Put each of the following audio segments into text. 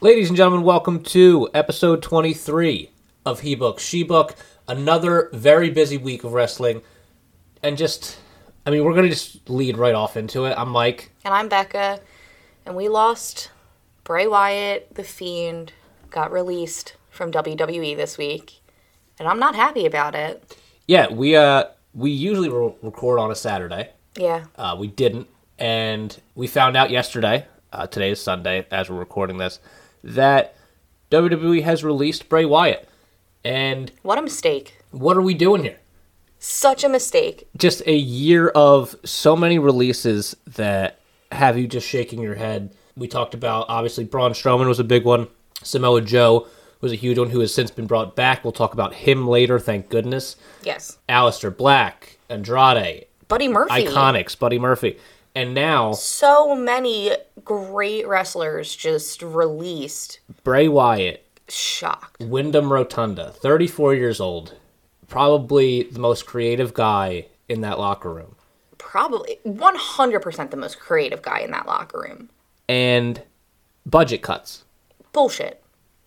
Ladies and gentlemen, welcome to episode 23 of He Book, She Book. Another very busy week of wrestling. And just, I mean, we're going to just lead right off into it. I'm Mike. And I'm Becca, and we lost Bray Wyatt, The Fiend, got released from WWE this week, and I'm not happy about it. Yeah, we uh we usually re- record on a Saturday. Yeah. Uh, we didn't, and we found out yesterday. Uh, today is Sunday as we're recording this. That WWE has released Bray Wyatt, and What a mistake. what are we doing here? Such a mistake. Just a year of so many releases that have you just shaking your head. We talked about obviously Braun Strowman was a big one. Samoa Joe was a huge one who has since been brought back. We'll talk about him later, thank goodness. Yes. Aleister Black, Andrade, Buddy Murphy. Iconics, Buddy Murphy. And now So many great wrestlers just released. Bray Wyatt, Shocked. Wyndham Rotunda, 34 years old, probably the most creative guy in that locker room. Probably 100% the most creative guy in that locker room. And budget cuts. Bullshit.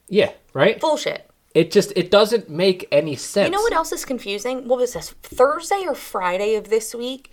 Yeah, right? Bullshit. It just it doesn't make any sense. You know what else is confusing? What was this? Thursday or Friday of this week,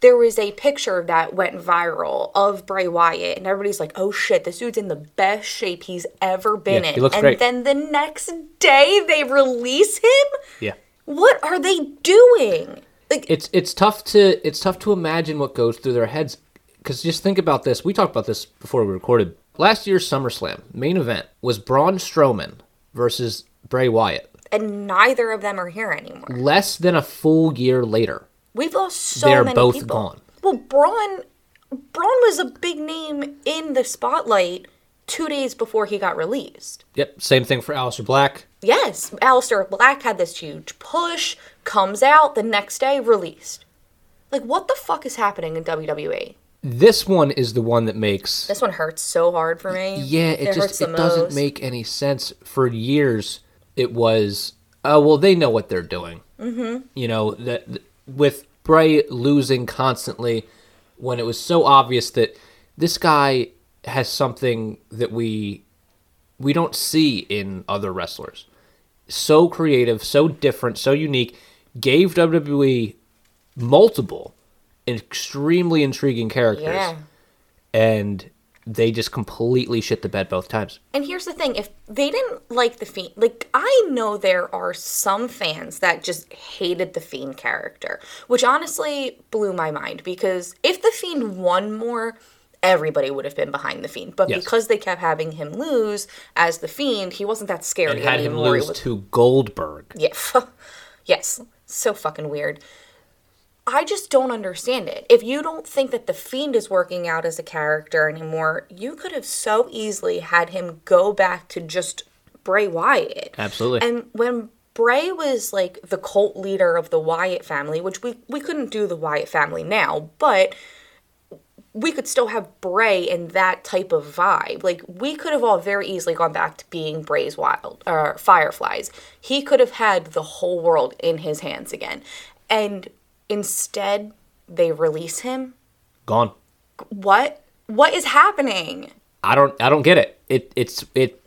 there was a picture that went viral of Bray Wyatt, and everybody's like, oh shit, this dude's in the best shape he's ever been Yeah, in. he looks and great. then the next day they release him? Yeah. What are they doing? Like, It's it's tough to it's tough to imagine what goes through their heads cuz just think about this. We talked about this before we recorded. Last year's SummerSlam main event was Braun Strowman versus Bray Wyatt. and neither of them are here anymore. Less than a full year later. We've lost so They're many both people. gone. Well, Braun, Braun was a big name in the spotlight two days before he got released. Yep, same thing for Aleister Black. Yes, Alistair Black had this huge push, comes out the next day, released. Like, what the fuck is happening in WWE? This one is the one that makes This one hurts so hard for me. Yeah, it, hurts just the it doesn't most. make any sense. For years, it was oh well, they know what they're doing. Mm-hmm. You know that th- with Bray losing constantly, when it was so obvious that this guy has something that we we don't see in other wrestlers. So creative, so different, so unique. Gave WWE multiple extremely intriguing characters Yeah. and they just completely shit the bed both times. And here's the thing: if they didn't like the fiend, like I know there are some fans that just hated the fiend character, which honestly blew my mind because if the fiend won more, everybody would have been behind the fiend. But Yes. because they kept having him lose as the fiend, he wasn't that scary And had him anymore. He lose was- to Goldberg. Yeah. yes. So fucking weird. I just don't understand it. If you don't think that the fiend is working out as a character anymore, you could have so easily had him go back to just Bray Wyatt. Absolutely. And when Bray was like the cult leader of the Wyatt family, which we we couldn't do the Wyatt family now, but we could still have Bray and that type of vibe. Like we could have all very easily gone back to being Bray's wild or fireflies. He could have had the whole world in his hands again. And instead they release him. Gone. What what is happening? I don't I don't get it. It it's it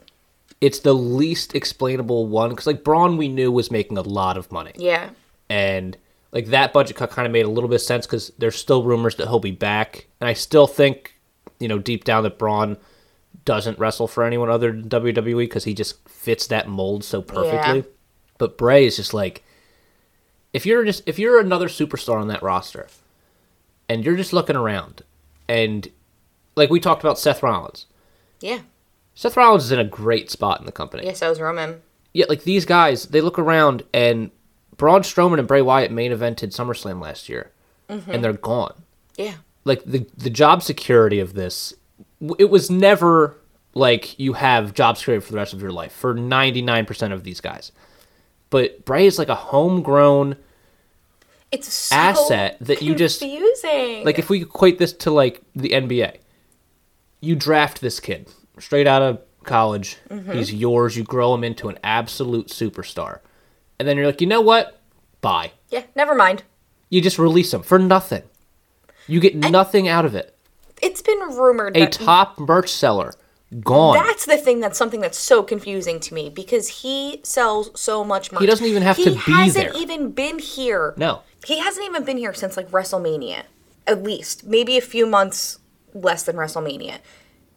it's the least explainable one cuz like Braun we knew was making a lot of money. Yeah. And like that budget cut kind of made a little bit of sense cuz there's still rumors that he'll be back and I still think you know deep down that Braun doesn't wrestle for anyone other than WWE cuz he just fits that mold so perfectly. Yeah. But Bray is just like if you're just if you're another superstar on that roster and you're just looking around and like we talked about Seth Rollins. Yeah. Seth Rollins is in a great spot in the company. Yes, I was Roman. Yeah, like these guys, they look around and Braun Strowman and Bray Wyatt main evented SummerSlam last year and they're gone. Yeah. Like the the job security of this w- it was never like you have job security for the rest of your life for 99% of these guys. But Bray is like a homegrown It's so Asset that you just- confusing. Like if we equate this to like the NBA, you draft this kid straight out of college. He's yours. You grow him into an absolute superstar, and then you're like, you know what? Bye. yeah, never mind. You just release him for nothing. You get nothing out of it. It's been rumored A that top merch seller gone. That's the thing that's something that's so confusing to me because he sells so much merch. He doesn't even have He to be hasn't there. even been here. no. He hasn't even been here since like WrestleMania, at least. Maybe a few months less than WrestleMania.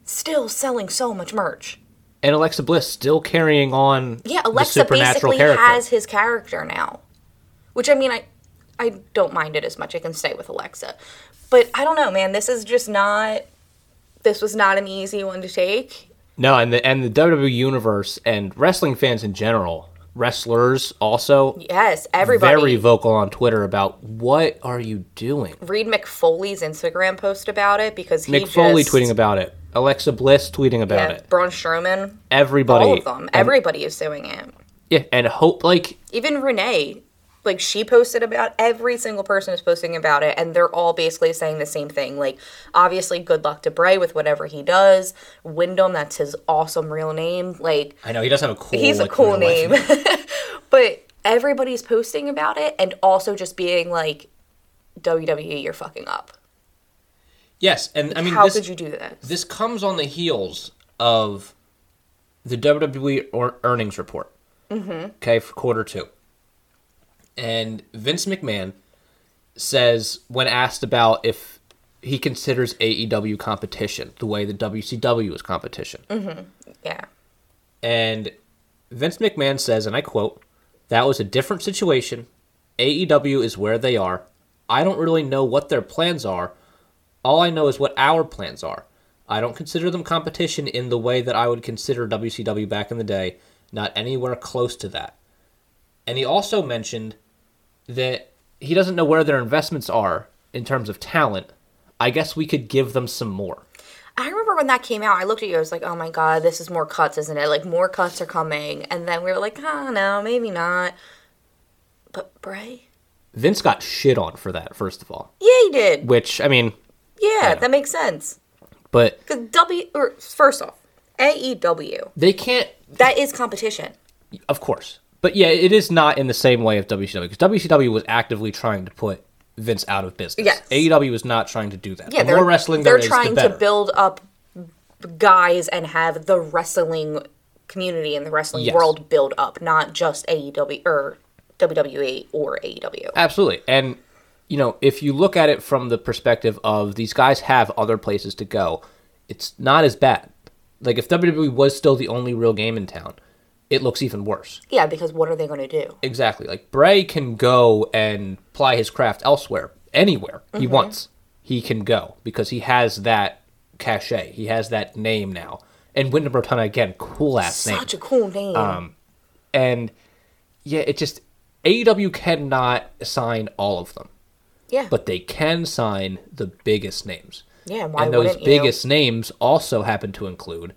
Still selling so much merch. And Alexa Bliss still carrying on Yeah, the Alexa supernatural basically character. has his character now. Which I mean I I don't mind it as much. I can stay with Alexa. But I don't know, man. This is just not this was not an easy one to take. No, and the and the WWE universe and wrestling fans in general, wrestlers also Yes, everybody. very vocal on Twitter about what are you doing? read McFoley's Instagram post about it because he Mick Foley just, tweeting about it. Alexa Bliss tweeting about yeah, it. Braun Strowman, Everybody, all of them, and- everybody is doing it. yeah, and hope like Even Renee, like she posted about every single person is posting about it, and they're all basically saying the same thing. Like, obviously, good luck to Bray with whatever he does. Wyndham, that's his awesome real name. Like, I know he does have a cool. he's a like, cool real life name. but everybody's posting about it and also just being like, WWE, you're fucking up. Yes, and I mean How this, could you do this? this comes on the heels of the WWE or earnings report. Mm-hmm. Okay, for quarter two. And Vince McMahon says, when asked about if he considers AEW competition the way the WCW is competition, Yeah. and Vince McMahon says, and I quote, that was a different situation. AEW is where they are. I don't really know what their plans are. All I know is what our plans are. I don't consider them competition in the way that I would consider WCW back in the day, not anywhere close to that. And he also mentioned that he doesn't know where their investments are in terms of talent. I guess we could give them some more. I remember when that came out, I looked at you, I was like, oh my God, this is more cuts, isn't it? Like, more cuts are coming. And then we were like, oh, no, maybe not. But Bray? Vince got shit on for that, first of all, Yeah, he did. which, I mean, Yeah, that makes sense. but Because W, or first off, AEW, they can't that is competition. of course but yeah it is not in the same way of wcw because wcw was actively trying to put vince out of business Yes. aew was not trying to do that Yeah, the more wrestling they're there is, trying the better. to build up guys and have the wrestling community and the wrestling Yes. world build up, not just AEW or WWE or E AEW. absolutely and you know if you look at it from the perspective of these guys have other places to go it's not as bad like if wwe was still the only real game in town it looks even worse yeah, because what are they going to do? Exactly. Like Bray can go and ply his craft elsewhere, anywhere Mm-hmm. he wants. He can go because he has that cachet. He has that name now. And Wyndham Rotunda again, cool ass name. Such a cool name. Um, And yeah, it just AEW cannot sign all of them, yeah. but they can sign the biggest names. Yeah, and why and those wouldn't you? biggest names also happen to include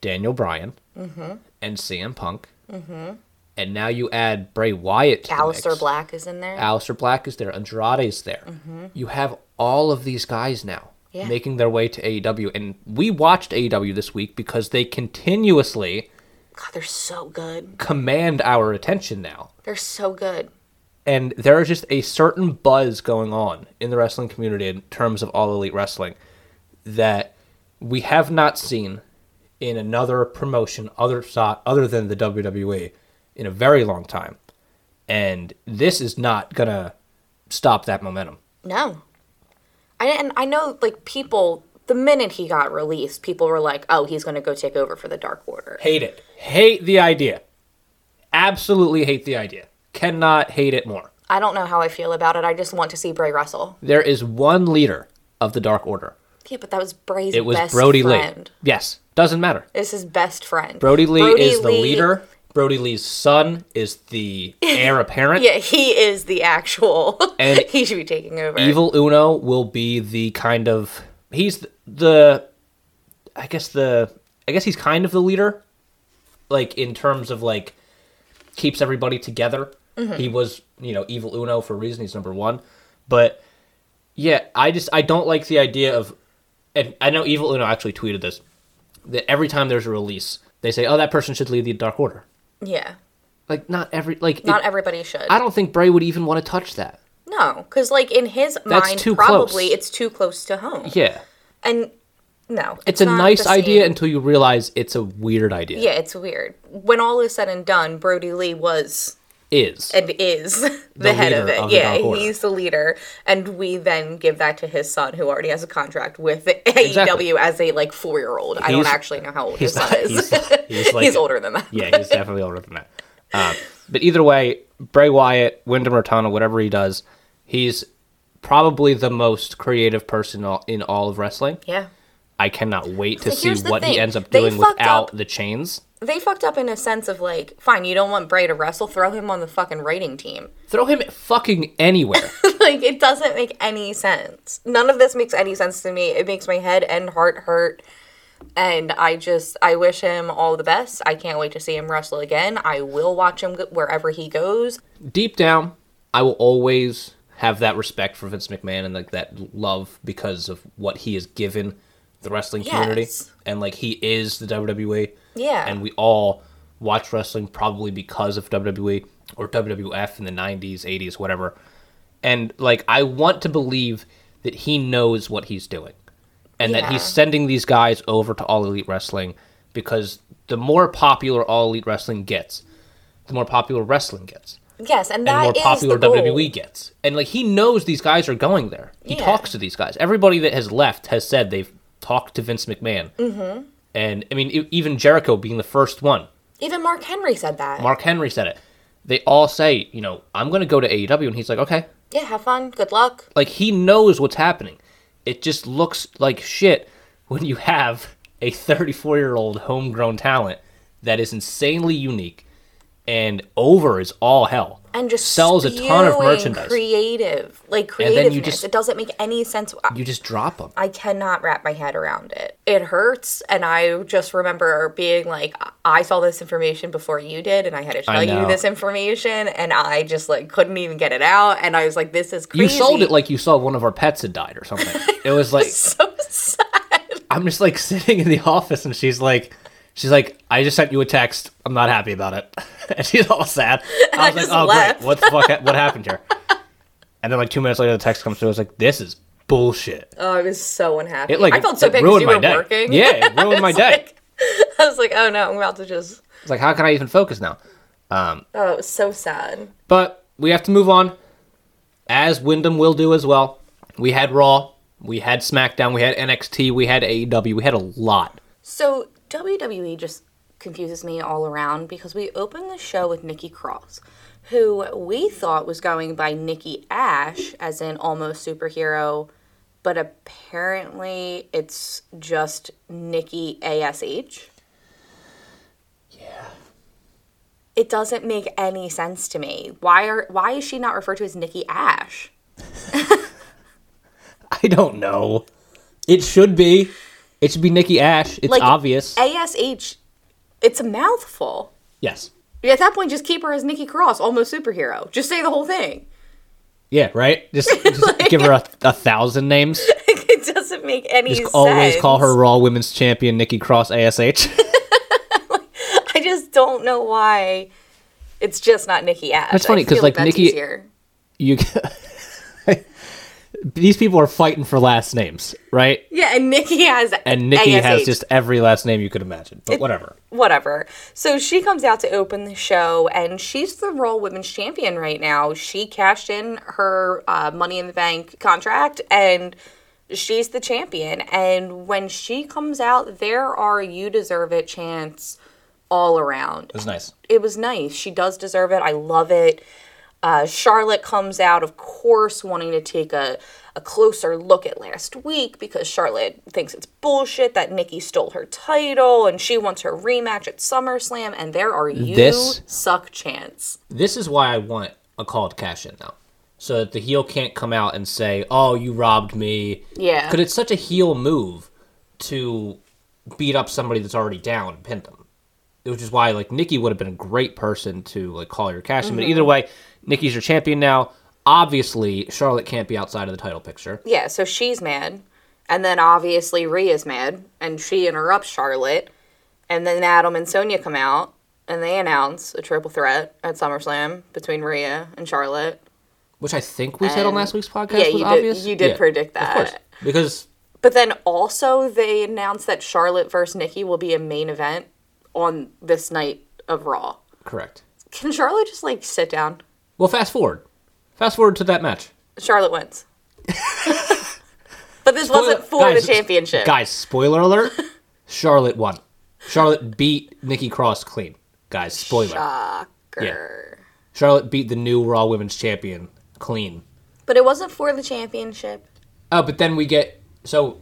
Daniel Bryan Mm-hmm. and CM Punk. Mm-hmm. And now you add Bray Wyatt to the Alistair mix. Black is in there. Alistair Black is there. Andrade's there. You have all of these guys now Yeah. making their way to AEW. And we watched AEW this week because they continuously God, they're so good. command our attention now. They're so good. And there is just a certain buzz going on in the wrestling community in terms of all elite wrestling that we have not seen in another promotion other so- other than the WWE in a very long time. And this is not going to stop that momentum. No. I, and I know, like, people, the minute he got released, people were like, oh, he's going to go take over for the Dark Order. Hate it. Hate the idea. Absolutely hate the idea. Cannot hate it more. I don't know how I feel about it. I just want to see Bray Russell. There is one leader of the Dark Order. Yeah, but that was Bray's It was best Brody friend. Lee. Yes, doesn't matter. It's his best friend. Brody Lee is the Lee- leader. Brody Lee's son is the heir apparent. Yeah, he is the actual. And he should be taking over. Evil Uno will be the kind of he's the, the I guess the I guess he's kind of the leader like in terms of like keeps everybody together. He was, you know, Evil Uno for a reason he's number 1. But yeah, I just I don't like the idea of and I know Evil Uno actually tweeted this that every time there's a release, they say, "Oh, that person should lead the Dark Order." Yeah. Like not every like it- Not everybody should. I don't think Bray would even want to touch that. no, because, like, in his That's mind, too probably close. it's too close to home. Yeah. And No. It's, a not nice the idea same. until you realize it's a weird idea. Yeah, it's weird. When all is said and done, Brody Lee was Is and is the, head of leader it. of the yeah, Dark Order. he's the leader, and we then give that to his son, who already has a contract with the AEW as a like four year old. I don't He's- actually know how old he's his son not- is. he's- he's like- older than that. yeah, he's definitely older than that. Um, but either way, Bray Wyatt, Wyndham Rotana, whatever he does, he's probably the most creative person in all- in all of wrestling. Yeah. I cannot wait to But see here's the what he thing. ends up They doing fucked without up- the chains. They fucked up in a sense of like, fine, you don't want Bray to wrestle, throw him on the fucking writing team. Throw him fucking anywhere. like it doesn't make any sense. None of this makes any sense to me. It makes my head and heart hurt. And I just I wish him all the best. I can't wait to see him wrestle again. I will watch him go- wherever he goes. Deep down, I will always have that respect for Vince McMahon and like that love because of what he has given the wrestling community. Yes. And like he is the WWE. Yeah. And we all watch wrestling probably because of WWE or WWF in the 90s, 80s, whatever. And like I want to believe that he knows what he's doing. and that he's Yeah. sending these guys over to All Elite Wrestling because the more popular All Elite Wrestling gets, the more popular wrestling gets, Yes, and and that more is popular E. the goal. WWE gets. And like he knows these guys are going there. He Yeah. talks to these guys. Everybody that has left has said they've talked to Vince McMahon. Mm-hmm. And I mean, e- even Jericho being the first one, Even Mark Henry said that. Mark Henry said it. They all say, you know, I'm going to go to AEW, and he's like, okay, yeah, have fun. Good luck. like he knows what's happening. It just looks like shit when you have a 34 year old homegrown talent that is insanely unique and over is all hell. And just sells a ton of spewing merchandise. Creative, like And creativeness. then you just- it doesn't make any sense. you just drop them. I cannot wrap my head around it. It hurts, and I just remember being like, I- I saw this information before you did, and I had to tell I know. you this information, and I just like couldn't even get it out, and I was like, this is You crazy. sold it like you saw one of our pets had died or something. It was like so sad. I'm just like sitting in the office and she's like she's like I just sent you a text. I'm not happy about it. And she's all sad. I was like, just "Oh left. great. What the fuck what happened here?" And then like 2 minutes later the text comes through. I was like, "This is bullshit." Oh, I was so unhappy. It like I felt so it bad because ruined you my were day. working. Yeah, it ruined my It's day. like- I was like, oh no, I'm about to just. it's like how can I even focus now? Oh, it was so sad. But we have to move on, as Wyndham will do as well. We had Raw, we had SmackDown, we had NXT, we had AEW, we had a lot. So WWE just confuses me all around because we opened the show with Nikki Cross, who we thought was going by Nikki Ash, as in almost superhero, but apparently it's just Nikki Ash. Yeah. It doesn't make any sense to me. Why are why is she not referred to as Nikki Ash? I don't know. It should be. It should be Nikki Ash. It's Like, eh. obvious. Ash. It's a mouthful. yes. At that point, just keep her as Nikki Cross, almost superhero. Just say the whole thing. Yeah, right? Just, just give her a, a thousand names. it doesn't make any Just sense. always call her Raw Women's Champion Nikki Cross ASH. I just don't know why. It's just not Nikki Ash. That's funny, I 'cause, feel like, that's Nikki- easier. you These people are fighting for last names, right? yeah, and Nikki has And Nikki has ASH. just every last name you could imagine. But whatever. whatever. So she comes out to open the show, and she's the Raw Women's Champion right now. She cashed in her uh, Money in the Bank contract, and she's the champion. And when she comes out, there are "You deserve it" chants all around. It was nice. it was nice. She does deserve it. I love it. Uh, Charlotte comes out, of course, wanting to take a, a closer look at last week because Charlotte thinks it's bullshit that Nikki stole her title and she wants her rematch at SummerSlam. And there are you This- suck chance. This is why I want a called cash in now. So that the heel can't come out and say, Oh, you robbed me. Yeah. Because it's such a heel move to beat up somebody that's already down and pin them. Which is why like Nikki would have been a great person to like call your cash in. Mm-hmm. But either way, Nikki's your champion now. Obviously, Charlotte can't be outside of the title picture. Yeah, so she's mad. And then obviously Rhea's mad and she interrupts Charlotte. And then Adam and Sonya come out and they announce a triple threat at SummerSlam between Rhea and Charlotte. Which I think we said on And- last week's podcast yeah, was you did- obvious. you did predict Of course. that. Because But then also they announced that Charlotte versus Nikki will be a main event on this night of Raw. Correct. Can Charlotte just like sit down? Well, fast forward. Fast forward to that match. Charlotte wins. but this wasn't for Guys, the championship. Guys, spoiler alert. Charlotte won. Charlotte beat Nikki Cross clean. Guys, spoiler. Grr. Charlotte beat the new Raw Women's Champion clean. But it wasn't for the championship. Oh, but then we get so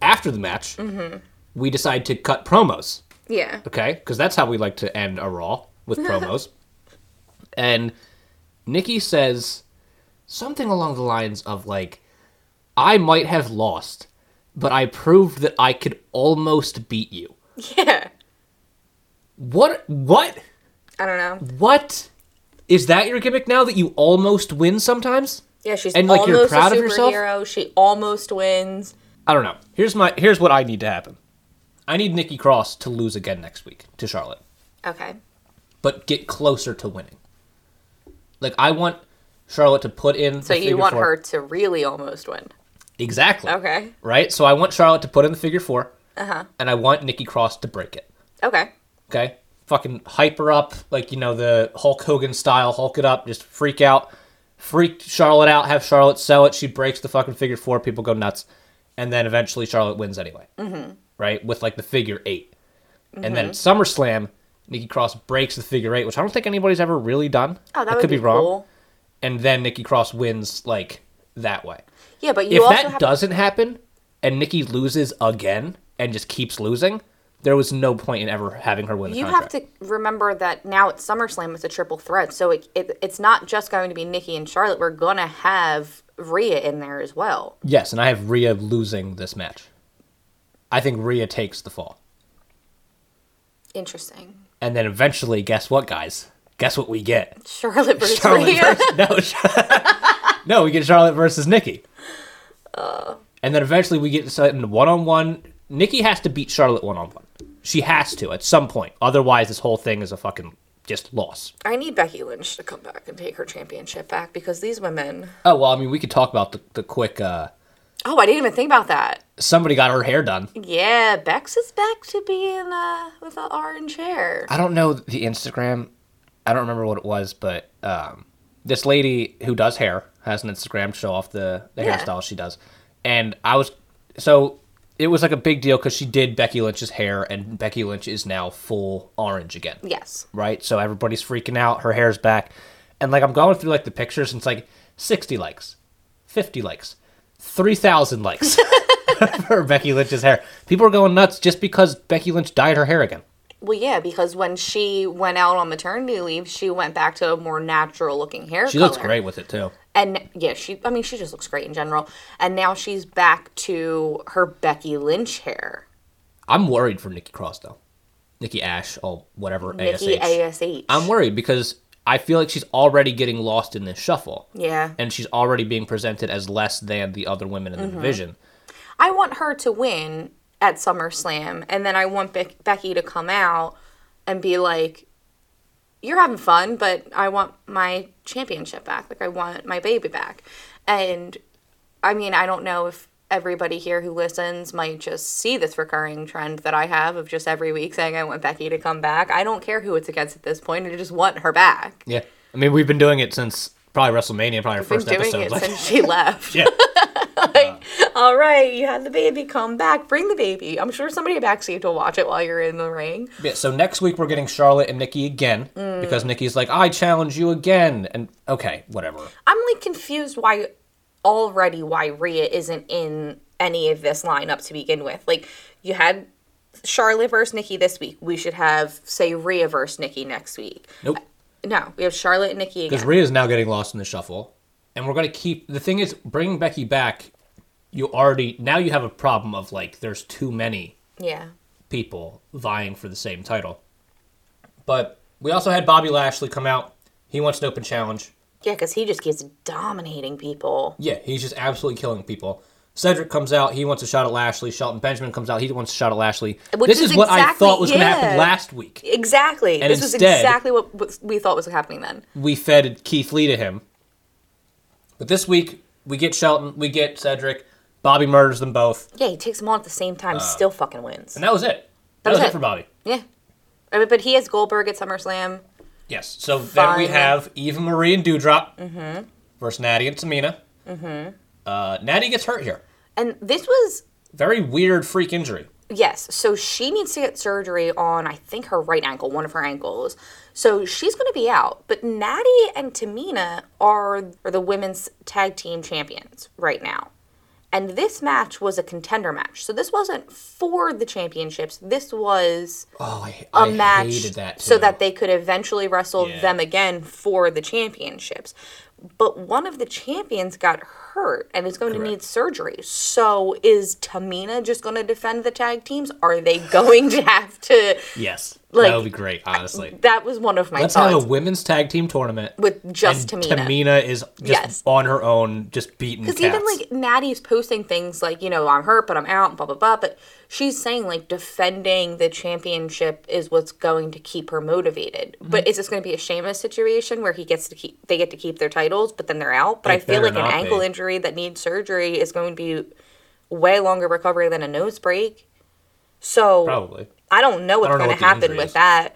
after the match, Mm-hmm. we decide to cut promos. Yeah. Okay, because that's how we like to end a Raw with promos. and Nikki says something along the lines of like, "I might have lost, but I proved that I could almost beat you." Yeah. What? What? I don't know. What? Is that your gimmick now that you almost win sometimes? Yeah, she's And, like, almost you're proud a of yourself? superhero. She almost wins. I don't know. Here's my here's what I need to happen. I need Nikki Cross to lose again next week to Charlotte, Okay. but get closer to winning. Like I want Charlotte to put in. So the you figure want four. her to really almost win. exactly? Okay. Right. So I want Charlotte to put in the figure four, uh-huh. and I want Nikki Cross to break it. Okay. Okay. Fucking hype her up, like you know the Hulk Hogan style. Hulk it up, just freak out, freak Charlotte out. Have Charlotte sell it. She breaks the fucking figure four. People go nuts, and then eventually Charlotte wins anyway. Mm-hmm. Right with like the figure 8 and Mm-hmm. then at SummerSlam, Nikki Cross breaks the figure eight, which I don't think anybody's ever really done. Oh, that I would could be, be, wrong. cool. And then Nikki Cross wins like that way. Yeah, but you if also that have doesn't happen, and Nikki loses again and just keeps losing, there was no point in ever having her win. The you have contract. to remember that now at SummerSlam it's a triple threat, so it, it it's not just going to be Nikki and Charlotte. We're gonna have Rhea in there as well. Yes, and I have Rhea losing this match. I think Rhea takes the fall. Interesting. And then eventually, guess what, guys? Guess what we get? Charlotte versus Charlotte Rhea. versus, no, Char- no, we get Charlotte versus Nikki. and then eventually we get something one on one. Nikki has to beat Charlotte one on one. She has to at some point. Otherwise, this whole thing is a fucking just loss. I need Becky Lynch to come back and take her championship back because these women. Oh well, I mean, we could talk about the, the quick. Uh, Oh, I didn't even think about that. somebody got her hair done. Yeah, Bex is back to being uh, with an orange hair. I don't know the Instagram. I don't remember what it was, but um, this lady who does hair has an Instagram to show off the, the Yeah. hairstyle she does. And I was so it was like a big deal because she did Becky Lynch's hair, and Becky Lynch is now full orange again. Yes. Right. So everybody's freaking out. Her hair's back, and like I'm going through like the pictures, and it's like 60 likes, 50 likes, 3,000 likes for Becky Lynch's hair. People are going nuts just because Becky Lynch dyed her hair again. Well, yeah, because when she went out on maternity leave, she went back to a more natural looking hair She color. looks great with it too. And yeah, she, I mean, she just looks great in general. And now she's back to her Becky Lynch hair. I'm worried for Nikki Cross though. Nikki Ash or whatever ASH. Nikki ASH. I'm worried because I feel like she's already getting lost in this shuffle. yeah. And she's already being presented as less than the other women Mm-hmm. in the division. I want her to win at SummerSlam. And then I want Be- Becky to come out and be like, you're having fun, but I want my championship back. Like, I want my baby back. And I mean, I don't know if everybody here who listens might just see this recurring trend that I have of just every week saying I want Becky to come back. I don't care who it's against at this point. I just want her back. Yeah. I mean, we've been doing it since probably WrestleMania, probably our Been first doing episode. it Like, since she left. yeah. Uh. All right, you had the baby. Come back. Bring the baby. I'm sure somebody backstage will watch it while you're in the ring. yeah. So next week we're getting Charlotte and Nikki again Mm. because Nikki's like, I challenge you again. And okay, whatever. I'm like confused why already why Rhea isn't in any of this lineup to begin with. Like you had Charlotte versus Nikki this week. We should have say Rhea versus Nikki next week. Nope. No, we have Charlotte and Nikki Because again. Rhea's now getting lost in the shuffle, and we're gonna keep the thing is bringing Becky back. You already now you have a problem of like there's too many yeah. people vying for the same title. But we also had Bobby Lashley come out. He wants an open challenge. Yeah, because he just keeps dominating people. Yeah, he's just absolutely killing people. Cedric comes out. He wants a shot at Lashley. Shelton Benjamin comes out. He wants a shot at Lashley. Which this is is, what I exactly- thought was going to yeah. happen last week. Exactly. And this was instead- exactly what, what we thought was happening then. we fed Keith Lee to him. But this week we get Shelton, we get Cedric, Bobby murders them both, Yeah, he takes them on at the same time, still fucking wins. Uh, and that was it. That That was was it it. for Bobby. yeah. I mean, but he has Goldberg at SummerSlam. Yes. So then we Fine. have Eva Marie and Dewdrop Mm-hmm. versus Natty and Tamina. Uh, Natty gets hurt here. And this was, Very weird freak injury. yes, so she needs to get surgery on, I think, her right ankle, one of her ankles. So she's going to be out. But Natty and Tamina are, are the women's tag team champions right now. And this match was a contender match. So this wasn't for the championships. This was Oh, I, a I match hated that. so too. that they could eventually wrestle Yeah. them again for the championships. But one of the champions got hurt and is going to need Correct. surgery. So is Tamina just going to defend the tag teams? Are they going to have to? yes, like, that would be great. Honestly, That was one of my let's have thoughts a women's tag team tournament with just and Tamina. Tamina is just Yes. on her own, just beating cats. Because even like Natty's posting things like, you know, I'm hurt, but I'm out, blah, blah, blah. But she's saying like defending the championship is what's going to keep her motivated. But Mm-hmm. is this going to be a Sheamus situation where he gets to keep, they get to keep their titles, but then they're out? But It I feel better like an not ankle be. injury that needs surgery is going to be way longer recovery than a nose break. So probably. I don't know what's don't know going what to the happen injury with is. that.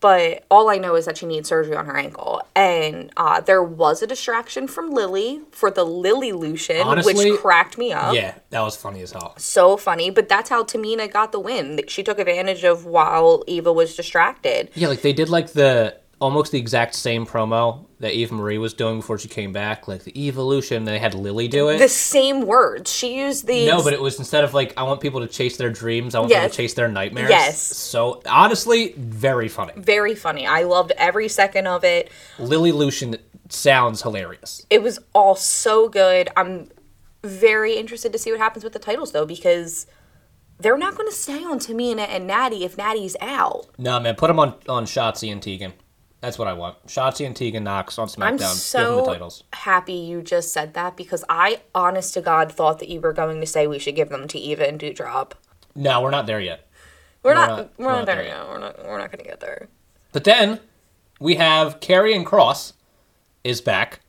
But all I know is that she needs surgery on her ankle. And uh, there was a distraction from Lily for the Lily Lucian, Honestly, which cracked me up. Yeah, that was funny as hell. So funny. But that's how Tamina got the win. She took advantage of while Eva was distracted. Yeah, like they did like the almost the exact same promo that Eve Marie was doing before she came back, like the evolution. They had Lily do it. The same words. She used the. no, but it was instead of like I want people to chase their dreams, I want people Yes. to chase their nightmares. Yes. So honestly, very funny. Very funny. I loved every second of it. Lily Lucian sounds hilarious. It was all so good. I'm very interested to see what happens with the titles, though, because they're not going to stay on Tamina and Natty if Natty's out. No man, put them on on Shotzi and Tegan. That's what I want. Shotzi and Tegan Knox on SmackDown. I'm Give them so the titles. happy you just said that because I, honest to God, thought that you were going to say we should give them to Eva and Dewdrop. No, we're not there yet. We're, not, not- We're not there yet. We're not. We're not going to get there. But then we have Carrie and Cross is back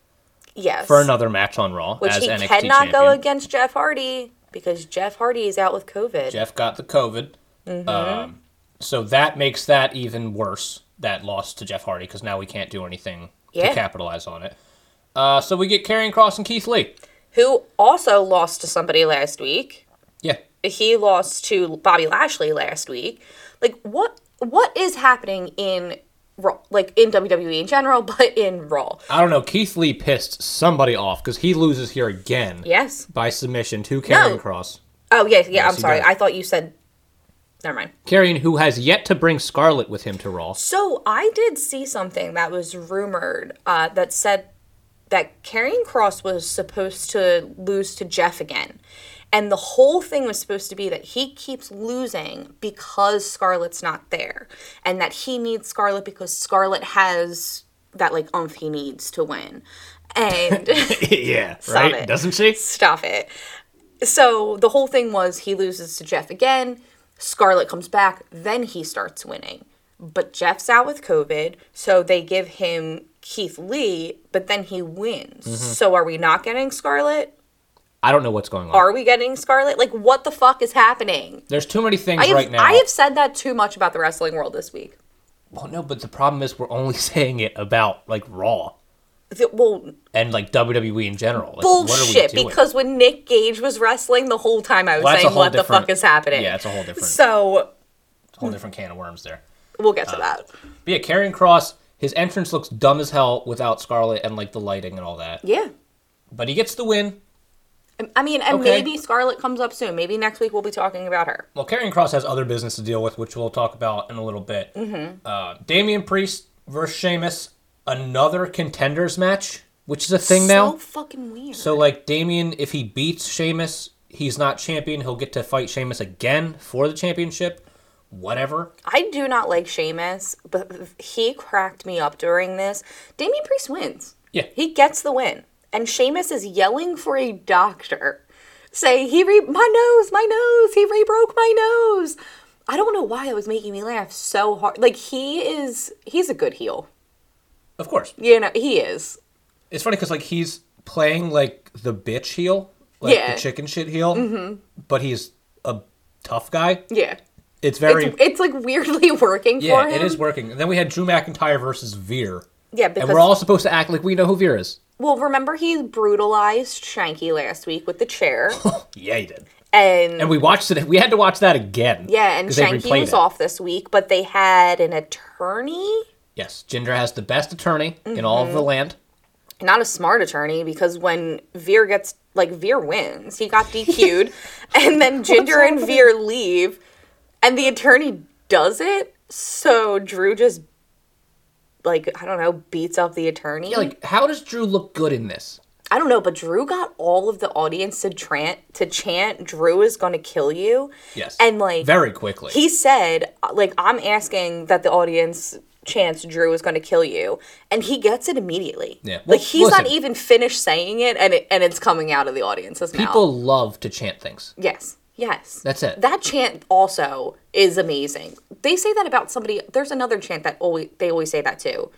Yes. for another match on Raw Which as he NXT cannot champion. go against Jeff Hardy because Jeff Hardy is out with COVID. Jeff got the COVID. Mm-hmm. Um, so that makes that even worse, that loss to Jeff Hardy, because now we can't do anything to Yeah. capitalize on it. Uh, so we get Karrion Cross and Keith Lee. who also lost to somebody last week. Yeah. he lost to Bobby Lashley last week. Like what what is happening in Raw, like in WWE in general, but in Raw? I don't know. Keith Lee pissed somebody off because he loses here again Yes. by submission to Karrion No. Cross. Oh yes, yeah. I'm he sorry. does. I thought you said. Never mind. Karrion, who has yet to bring Scarlet with him to Raw. So I did see something that was rumored uh, that said that Karrion Cross was supposed to lose to Jeff again. And the whole thing was supposed to be that he keeps losing because Scarlett's not there. And that he needs Scarlett because Scarlett has that like oomph he needs to win. And yeah, right? it. Doesn't she? Stop it. So the whole thing was he loses to Jeff again. Scarlett comes back, then he starts winning. But Jeff's out with COVID, so they give him Keith Lee, but then he wins. Mm-hmm. So are we not getting Scarlett? I don't know what's going on. Are we getting Scarlett? Like what the fuck is happening? There's too many things I have, right now. I have said that too much about the wrestling world this week. Well, Oh, no, but the problem is we're only saying it about like Raw The- well, and like WWE in general. Like, bullshit. What are we doing? Because when Nick Gage was wrestling, the whole time I was Well, that's a saying, whole "What the different- fuck is happening?" yeah, it's a whole different, So whole different can of worms there. we'll get to Uh, that. But yeah, Karrion Cross, his entrance looks dumb as hell without Scarlet and like the lighting and all that. Yeah. But he gets the win. I mean, and Okay. maybe Scarlet comes up soon. Maybe next week we'll be talking about her. Well, Karrion Cross has other business to deal with, which we'll talk about in a little bit. Mm-hmm. Uh, Damian Priest versus Sheamus, another contenders match, which is a thing now. So fucking weird. So like Damien, if he beats Sheamus, he's not champion. He'll get to fight Sheamus again for the championship. Whatever. I do not like Sheamus, but he cracked me up during this. Damian Priest wins. Yeah. He gets the win. And Sheamus is yelling for a doctor. Say, he re my nose, my nose, he re broke my nose. I don't know why it was making me laugh so hard. Like he is he's a good heel. Of course. You know, he is. It's funny because like he's playing like the bitch heel like Yeah. Mm-hmm. the chicken shit heel, but he's a tough guy. Yeah. It's very It's, it's like weirdly working yeah, for him. it is working. And then we had Drew McIntyre versus Veer, Yeah, and because we're all supposed to act like we know who Veer is. well, remember he brutalized Shanky last week with the chair, Yeah, he did. and, And we watched it. We had to watch that again. yeah, and 'cause they Shanky replayed was it. off this week, but they had an attorney, Yes, Ginger has the best attorney in all Mm-hmm. of the land. not a smart attorney, because when Veer gets like Veer wins, he got DQ'd, and then Ginger and Veer leave, and the attorney does it, so Drew just like I don't know beats up the attorney. Yeah, like how does Drew look good in this? I don't know, but Drew got all of the audience to trant to chant Drew is going to kill you. Yes, And, like, very quickly. He said like I'm asking that the audience chants Drew is going to kill you and he gets it immediately. Yeah. Well, like he's not listen. even finished saying it and it and it's coming out of the audience's mouth. People love to chant things. Yes. Yes. That's it. That chant also is amazing. They say that about somebody there's another chant that always they always say that too.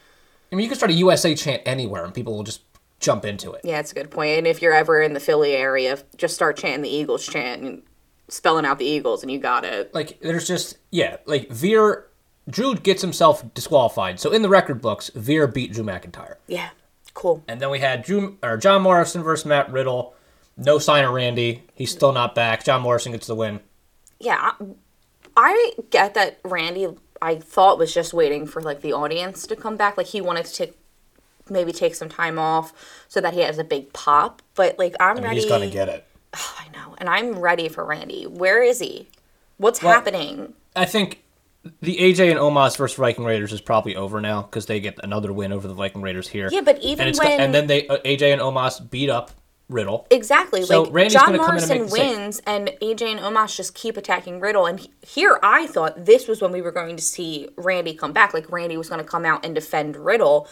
I mean, you can start a USA chant anywhere, and people will just jump into it. Yeah, it's a good point. And if you're ever in the Philly area, just start chanting the Eagles chant and spelling out the Eagles, and you got it. Like, there's just yeah, like Veer. Drew gets himself disqualified. So in the record books, Veer beat Drew McIntyre. Yeah, cool. And then we had Drew or John Morrison versus Matt Riddle. No sign of Randy. He's still not back. John Morrison gets the win. Yeah, I, I get that Randy. I thought was just waiting for like the audience to come back. Like he wanted to take maybe take some time off so that he has a big pop. But like I'm ready. He's gonna get it. I know, and I'm ready for Randy. Where is he? What's happening? I think the AJ and Omos versus Viking Raiders is probably over now because they get another win over the Viking Raiders here. Yeah, but even and it's when- and then they uh, AJ and Omos beat up Riddle. Exactly. So like Randy's John gonna come in and Morrison make the save. wins, and AJ and Omos just keep attacking Riddle. And he- here, I thought this was when we were going to see Randy come back. Like Randy was going to come out and defend Riddle,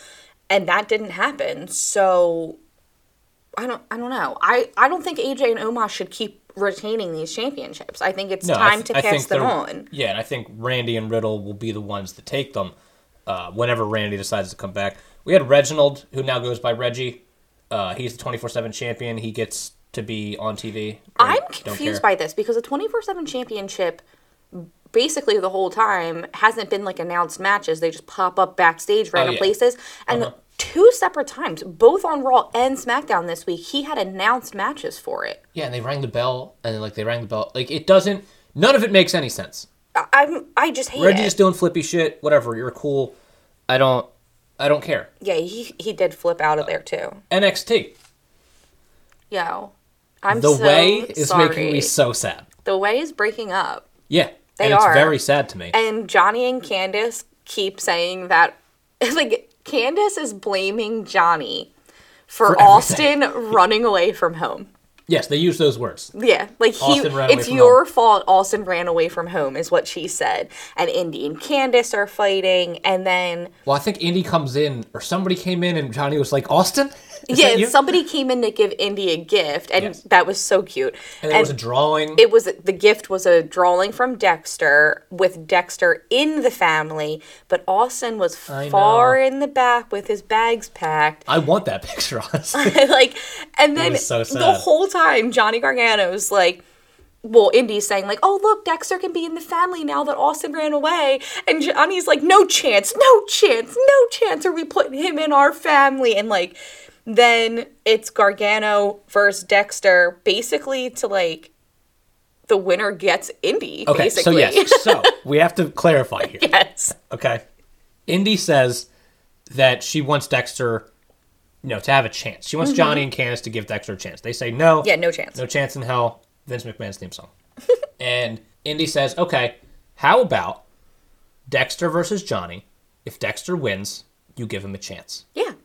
and that didn't happen. So I don't. I don't know. I I don't think AJ and Omos should keep retaining these championships. I think it's No, I time th- to I cast them they're- on. Yeah, and I think Randy and Riddle will be the ones to take them uh, whenever Randy decides to come back. We had Reginald, who now goes by Reggie. Uh, he's the 24 7 champion. He gets to be on TV. I'm Don't confused care. by this because a 24 7 championship basically the whole time hasn't been like announced matches. They just pop up backstage, Oh, yeah. random Uh-huh. places. And two separate times, both on Raw and SmackDown this week, he had announced matches for it. Yeah, and they rang the bell, and like they rang the bell. Like, it doesn't. None of it makes any sense. I- I'm, I just hate Reggie it. just doing flippy shit. Whatever. You're cool. I don't. I don't care. yeah, he, he did flip out of there too. NXT. Yo. I'm The so way is sorry. making me so sad. the way is breaking up. Yeah, They and are. it's very sad to me. And Johnny and Candace keep saying that, like, Candace is blaming Johnny for, For Austin running away from home. yes, they use those words. Yeah, like he, Austin ran away it's from your fault Austin ran away from home, is what she said. And Indy and Candace are fighting, and then, Well, I think Indy comes in, or somebody came in, and Johnny was like, "Austin." Is that yeah, you? somebody came in to give Indy a gift, and Yes. that was so cute. and there was a drawing. it was the gift was a drawing from Dexter with Dexter in the family, but Austin was I far know. in the back with his bags packed. I want that picture, honestly. like and then was so the sad. whole time Johnny Gargano's like well, Indy's saying like, "Oh, look, Dexter can be in the family now that Austin ran away," and Johnny's like, "No chance, no chance, no chance are we putting him in our family." And like, then it's Gargano versus Dexter, basically to like, the winner gets Indy. okay, basically. so yes, so we have to clarify here. yes, Okay, Indy says that she wants Dexter, you know, to have a chance. She wants Johnny and Candace to give Dexter a chance. They say no. Mm-hmm. yeah, no chance. No chance in hell. Vince McMahon's theme song. and Indy says, okay, how about Dexter versus Johnny? If Dexter wins, you give him a chance. Yeah,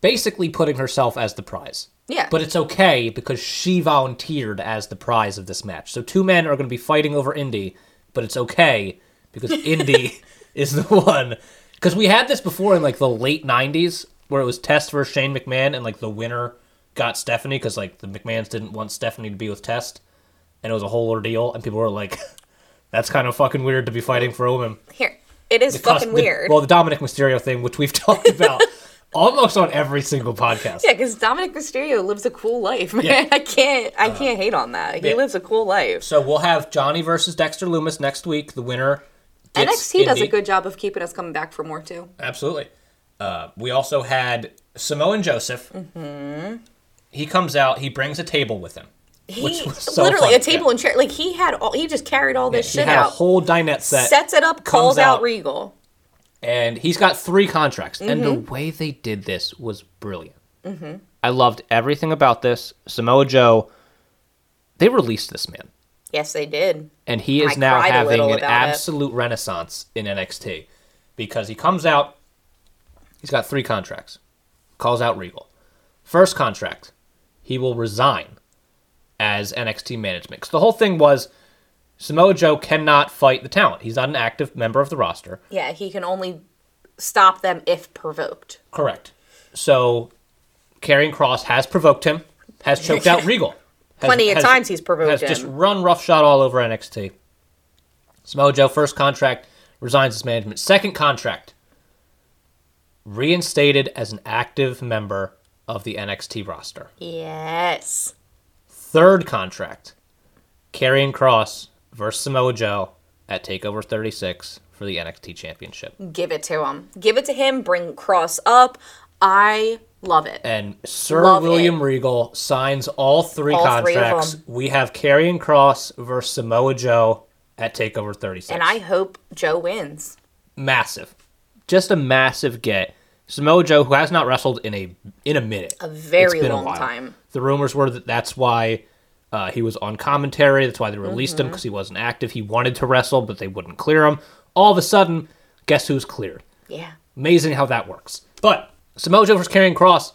Basically putting herself as the prize. yeah, But it's okay because she volunteered as the prize of this match. So two men are going to be fighting over Indy, but it's okay because Indy is the one. Because we had this before in like the late 90s where it was Test versus Shane McMahon and like the winner got Stephanie because like the McMahons didn't want Stephanie to be with Test. And it was a whole ordeal. And people were like, that's kind of fucking weird to be fighting for a woman. here it is Cos- fucking the- weird. well, the Dominic Mysterio thing, which we've talked about almost on every single podcast. Yeah, because Dominic Mysterio lives a cool life, man. Yeah. Uh-huh. I can't, I can't hate on that. He yeah. lives a cool life. So we'll have Johnny versus Dexter Loomis next week. The winner gets NXT does a Indy. good job of keeping us coming back for more too. Absolutely. Uh, we also had Samoan Joseph. Mm-hmm. He comes out. He brings a table with him. He which was so literally fun, a table yeah. and chair. Like he had all, he just carried all this He shit had a out, whole dinette set, sets it up, calls comes out out. Regal. and he's got three contracts. And the Mm-hmm. way they did this was brilliant. I loved everything about this. Samoa Joe. They released this man. Yes, they did. and he is I now cried a having little an about it. absolute renaissance in NXT because he comes out, he's got three contracts, calls out Regal. First contract, he will resign as NXT management. 'Cause the whole thing was Samoa Joe cannot fight the talent. He's not an active member of the roster. Yeah, he can only stop them if provoked. Correct. So, Karrion Cross has provoked him, has choked out Regal. has- Plenty of has- times he's provoked has him. just run roughshod all over NXT. Samoa Joe first contract resigns as management. Second contract reinstated as an active member of the NXT roster. Yes. Third contract Karrion Cross versus Samoa Joe at Takeover 36 for the NXT Championship. Give it to him. Give it to him. Bring Cross up. I love it. and Sir Love William Regal signs all three All three of contracts. them. we have Karrion Cross versus Samoa Joe at Takeover 36. And I hope Joe wins. massive, just a massive get. Samoa Joe, who has not wrestled in a in a minute, A very It's been a long while. time. The rumors were that that's why uh, he was on commentary. That's why they released Mm-hmm. him because he wasn't active. He wanted to wrestle, but they wouldn't clear him. All of a sudden, guess who's cleared? Yeah. Amazing how that works. But Samoa Joe versus Karrion Cross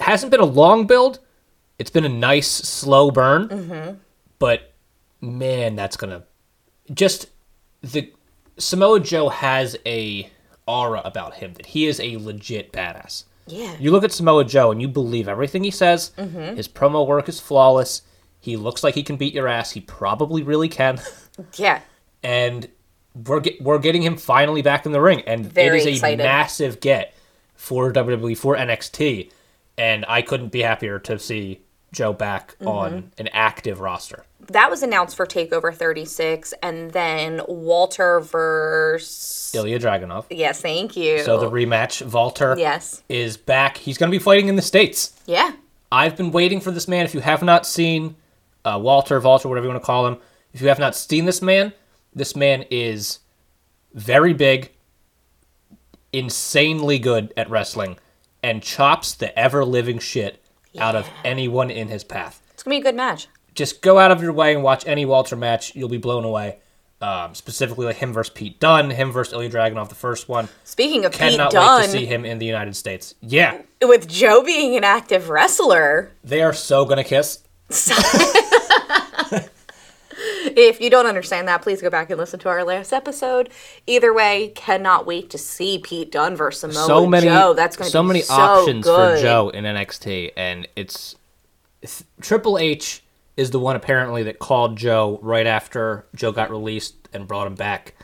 hasn't been a long build. It's been a nice slow burn. But man, that's gonna just the Samoa Joe has a aura about him that he is a legit badass. Yeah. You look at Samoa Joe and you believe everything he says. His promo work is flawless. He looks like he can beat your ass. He probably really can. yeah. and we're get, we're getting him finally back in the ring, and Very it is a excited. massive get for WWE for NXT, and I couldn't be happier to see Joe back Mm-hmm. on an active roster. That was announced for Takeover 36, and then Walter versus. Ilya Dragunov. Yes, thank you. So the rematch, Walter Yes. is back. He's going to be fighting in the states. Yeah. I've been waiting for this man. If you have not seen uh, Walter, Walter, whatever you want to call him, if you have not seen this man, this man is very big, insanely good at wrestling, and chops the ever living shit out of anyone in his path. It's going to be a good match. Just go out of your way and watch any Walter match. You'll be blown away. Um, specifically, like him versus Pete Dunne, him versus Ilya Dragunov, the first one. Speaking of Pete Cannot wait to see Dunne, him in the United States. Yeah, with Joe being an active wrestler, they are so gonna kiss. if you don't understand that, please go back and listen to our last episode. Either way, cannot wait to see Pete Dunne versus Samoa so many Oh, Joe. That's going to so be many so options good. for Joe in NXT, and it's th- Triple H is the one apparently that called Joe right after Joe got released and brought him back.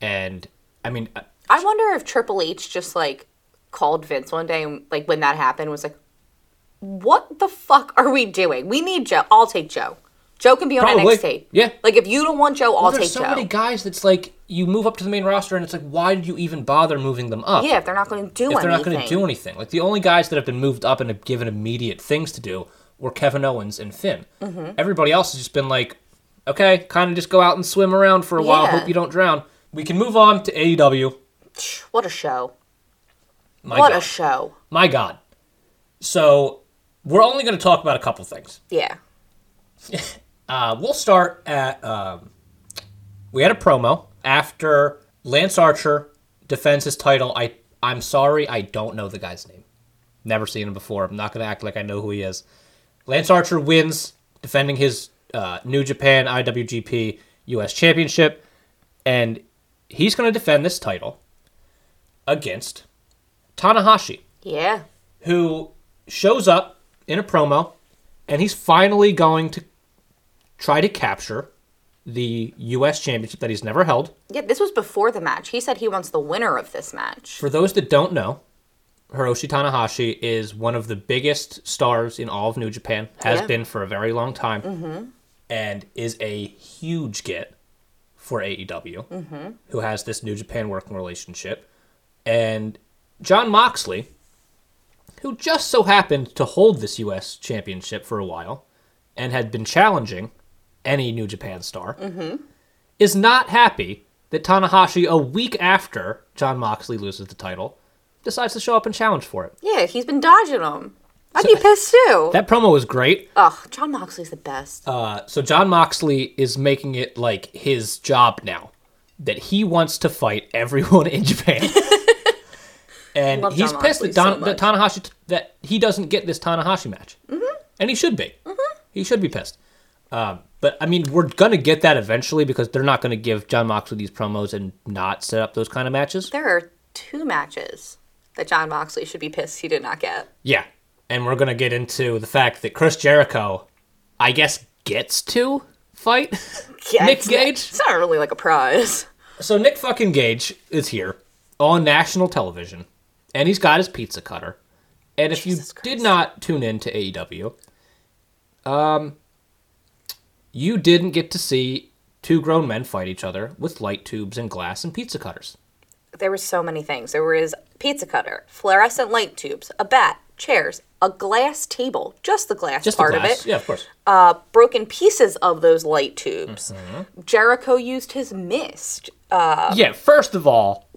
And I mean, uh, I wonder if Triple H just like called Vince one day and like when that happened was like, "What the fuck are we doing? We need Joe. I'll take Joe. Joe can be on Probably. NXT. Yeah. Like if you don't want Joe, I'll there's take so Joe. many guys that's like you move up to the main roster, and it's like, why did you even bother moving them up? yeah, if they're not going to do if anything, they're not going to do anything. Like the only guys that have been moved up and have given immediate things to do were Kevin Owens and Finn. Mm-hmm. Everybody else has just been like, okay, kind of just go out and swim around for a while, Yeah. hope you don't drown. We can move on to E AEW. what a show! My what God, a show! my God. So we're only going to talk about a couple things. Yeah, Uh, we'll start at um, we had a promo after Lance Archer defends his title. I I'm sorry, I don't know the guy's name. Never seen him before. I'm not gonna act like I know who he is. Lance Archer wins, defending his uh, New Japan IWGP U.S. Championship, and he's gonna defend this title against Tanahashi yeah. who shows up in a promo and he's finally going to try to capture the US championship that he's never held. Yeah, this was before the match. He said he wants the winner of this match. For those that don't know, Hiroshi Tanahashi is one of the biggest stars in all of New Japan, has Yeah. been for a very long time, and is a huge get for AEW, who has this New Japan working relationship. And John Moxley, who just so happened to hold this U.S. championship for a while and had been challenging any New Japan star, is not happy that Tanahashi, a week after John Moxley loses the title, decides to show up and challenge for it. Yeah, he's been dodging them. I'd be pissed too. That promo was great. Ugh, John Moxley's the best. Uh, so John Moxley is making it like his job now that he wants to fight everyone in Japan. and Love he's John pissed Moxley that, Don, so that Tanahashi t- that he doesn't get this Tanahashi match. Mm-hmm. And he should be. Mm-hmm. He should be pissed. Um, but I mean, we're gonna get that eventually because they're not gonna give John Moxley these promos and not set up those kind of matches. there are two matches that John Moxley should be pissed he did not get. Yeah. And we're going to get into the fact that Chris Jericho, I guess, gets to fight Nick it's- Gage. It's not really like a prize. So Nick fucking Gage is here on national television, and he's got his pizza cutter. And if Jesus you Christ. did not tune in to AEW, um, you didn't get to see two grown men fight each other with light tubes and glass and pizza cutters. There were so many things. There was pizza cutter, fluorescent light tubes, a bat, chairs, a glass table, just the glass Just part the glass. of it, Yeah, Mm-hmm. of course. uh, broken pieces of those light tubes. Jericho used his mist. Oh, yeah, first of all,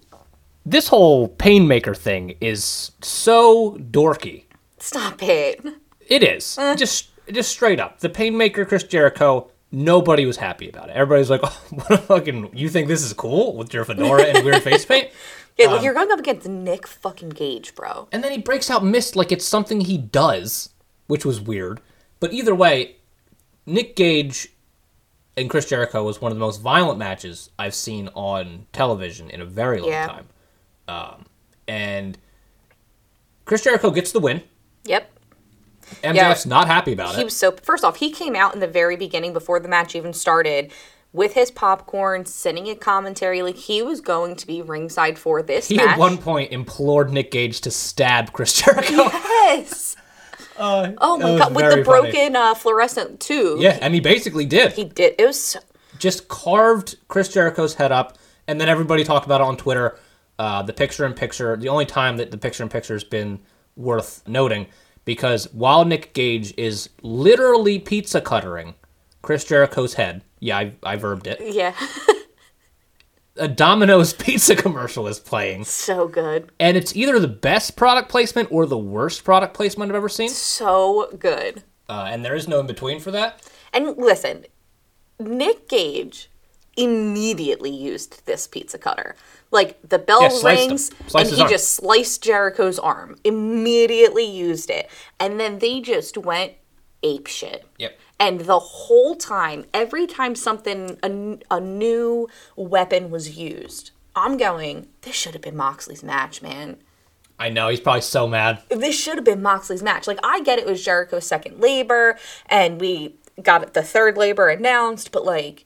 this whole painmaker thing is so dorky. Stop it. It is. Just just straight up. The painmaker Chris Jericho, nobody was happy about it. Everybody's like, oh, what a fucking you think this is cool with your fedora and weird face paint? Yeah, Um, like you're going up against Nick fucking Gage, bro. And then he breaks out mist like it's something he does, which was weird. But either way, Nick Gage and Chris Jericho was one of the most violent matches I've seen on television in a very long Yeah. time. Um, and Chris Jericho gets the win. Yep. MJF's not happy about He it. was so. First off, he came out in the very beginning before the match even started with his popcorn, sending a commentary like he was going to be ringside for this He match. at one point implored Nick Gage to stab Chris Jericho. Yes. oh that my Uh, was god! With very the funny. broken uh, fluorescent tube. Yeah, and he basically did. He did. It was. So, just carved Chris Jericho's head up, and then everybody talked about it on Twitter. Uh, the picture in picture, the only time that the picture in picture has been worth noting, because while Nick Gage is literally pizza cuttering Chris Jericho's head, yeah, I, I verbed it, yeah. a Domino's pizza commercial is playing. so good. And it's either the best product placement or the worst product placement I've ever seen. So good. Uh, and there is no in between for that. And listen, Nick Gage immediately used this pizza cutter. Like the bell Yeah, sliced him. rings, Sliced and his he arm. just sliced Jericho's arm. Immediately used it, and then they just went ape shit. Yep. And the whole time, every time something a, n- a new weapon was used, I'm going. This should have been Moxley's match, man I know, he's probably so mad. this should have been Moxley's match. Like I get it was Jericho's second labor and we got the third labor announced, but like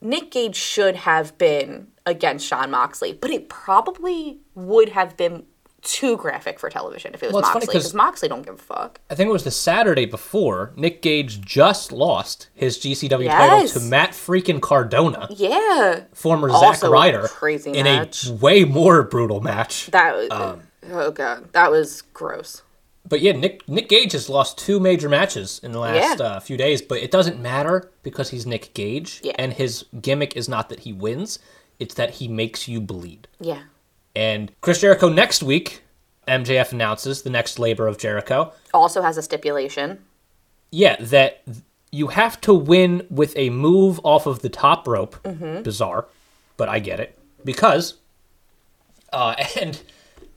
Nick Gage should have been against Sean Moxley, but it probably would have been too graphic for television if it was Well, it's funny Moxley 'cause- because Moxley don't give a fuck. I think it was the Saturday before, Nick Gage just lost his GCW Yes. title to Matt freaking Cardona, Yeah, former Also Zack a Ryder, crazy in match. a way more brutal match. that was Um. oh god, that was gross. But yeah, Nick Nick Gage has lost two major matches in the last Yeah. uh, few days, but it doesn't matter because he's Nick Gage, Yeah. and his gimmick is not that he wins, it's that he makes you bleed. Yeah, And Chris Jericho next week, MJF announces the next labor of Jericho. also has a stipulation. Yeah, that you have to win with a move off of the top rope. Bizarre, but I get it because, uh, and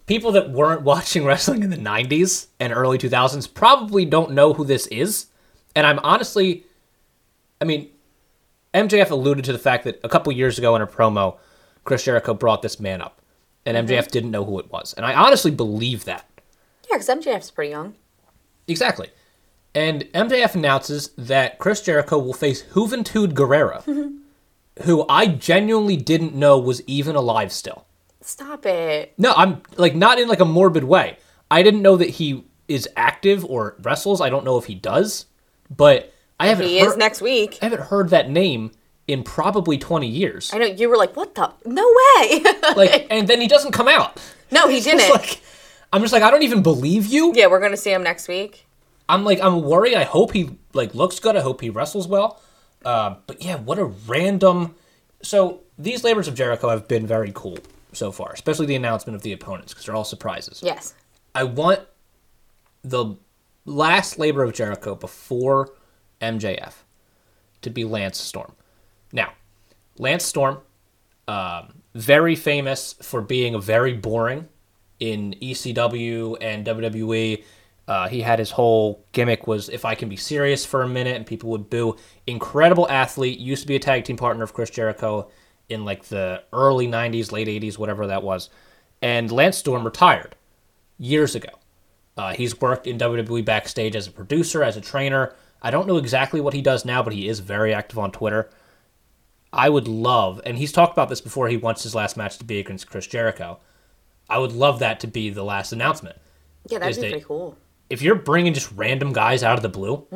people that weren't watching wrestling in the '90s and early 2000s probably don't know who this is. And I'm honestly, I mean, MJF alluded to the fact that a couple years ago in a promo, Chris Jericho brought this man up, and MJF didn't know who it was, and I honestly believe that. Yeah, because MJF's pretty young. Exactly. And MJF announces that Chris Jericho will face Juventud Guerrera, who I genuinely didn't know was even alive still. Stop it. No, I'm like not in like a morbid way. I didn't know that he is active or wrestles. I don't know if he does, but I haven't He heard, is next week. I haven't heard that name in probably 20 years. I know you were like, "What the? No way!" Like and then he doesn't come out. no, he didn't. It's like I'm just like I don't even believe you. yeah, we're gonna see him next week. I'm like I'm worried. I hope he like looks good. I hope he wrestles well. Uh, but yeah, what a random. So these labors of Jericho have been very cool so far, especially the announcement of the opponents because they're all surprises. Yes. I want the last labor of Jericho before MJF to be Lance Storm. Now, Lance Storm, um, very famous for being very boring in ECW and WWE. Uh, he had his whole gimmick was if I can be serious for a minute, and people would boo. Incredible athlete, used to be a tag team partner of Chris Jericho in like the early '90s, late '80s, whatever that was. And Lance Storm retired years ago. Uh, he's worked in WWE backstage as a producer, as a trainer. I don't know exactly what he does now, but he is very active on Twitter. I would love, and he's talked about this before, he wants his last match to be against Chris Jericho. I would love that to be the last announcement. Yeah, that'd Is be they- pretty cool. If you're bringing just random guys out of the blue,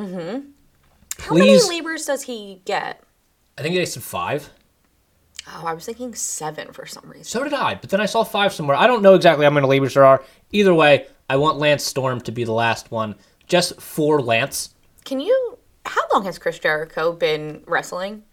How Please- many labors does he get? I think they said five. Oh, I was thinking seven for some reason. So did I, but then I saw five somewhere. I don't know exactly how many labors there are. Either way, I want Lance Storm to be the last one, just for Lance. Can you? How long has Chris Jericho been wrestling?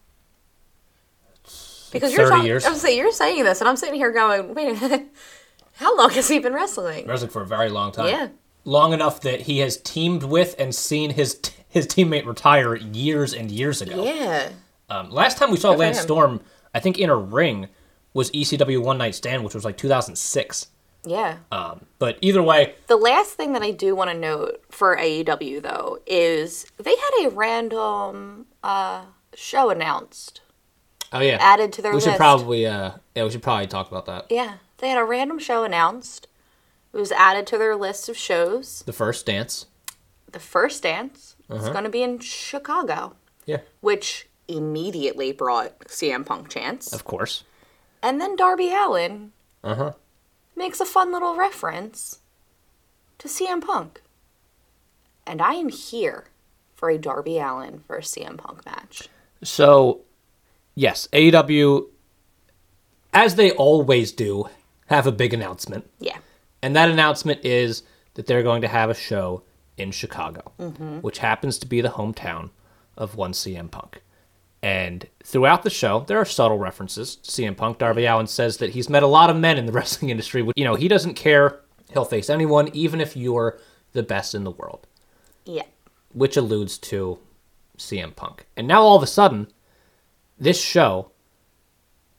Because you're 30 talking, years. I'm saying you're saying this, and I'm sitting here going, wait a minute, how long has he been wrestling? wrestling for a very long time. Yeah. Long enough that he has teamed with and seen his t- his teammate retire years and years ago. Yeah, Um, last time we saw Lance him. Storm, I think in a ring, was ECW One Night Stand, which was like 2006. yeah. Um, but either way, The last thing that I do want to note for AEW though is they had a random uh, show announced oh yeah, added to their we list. should probably uh, yeah, we should probably talk about that. yeah, they had a random show announced. It was added to their list of shows. The first dance. The first dance is going to be in Chicago. Yeah, which immediately brought CM Punk chance. of course. And then Darby Allen Uh huh. makes a fun little reference to CM Punk. And I am here for a Darby Allen versus CM Punk match. So, yes, E AEW, as they always do, have a big announcement. Yeah. And that announcement is that they're going to have a show in Chicago, which happens to be the hometown of one CM Punk. And throughout the show, there are subtle references to CM Punk. Darby Allen says that he's met a lot of men in the wrestling industry. which, You know, he doesn't care. He'll face anyone, even if you're the best in the world, Yeah. which alludes to CM Punk. And now all of a sudden, this show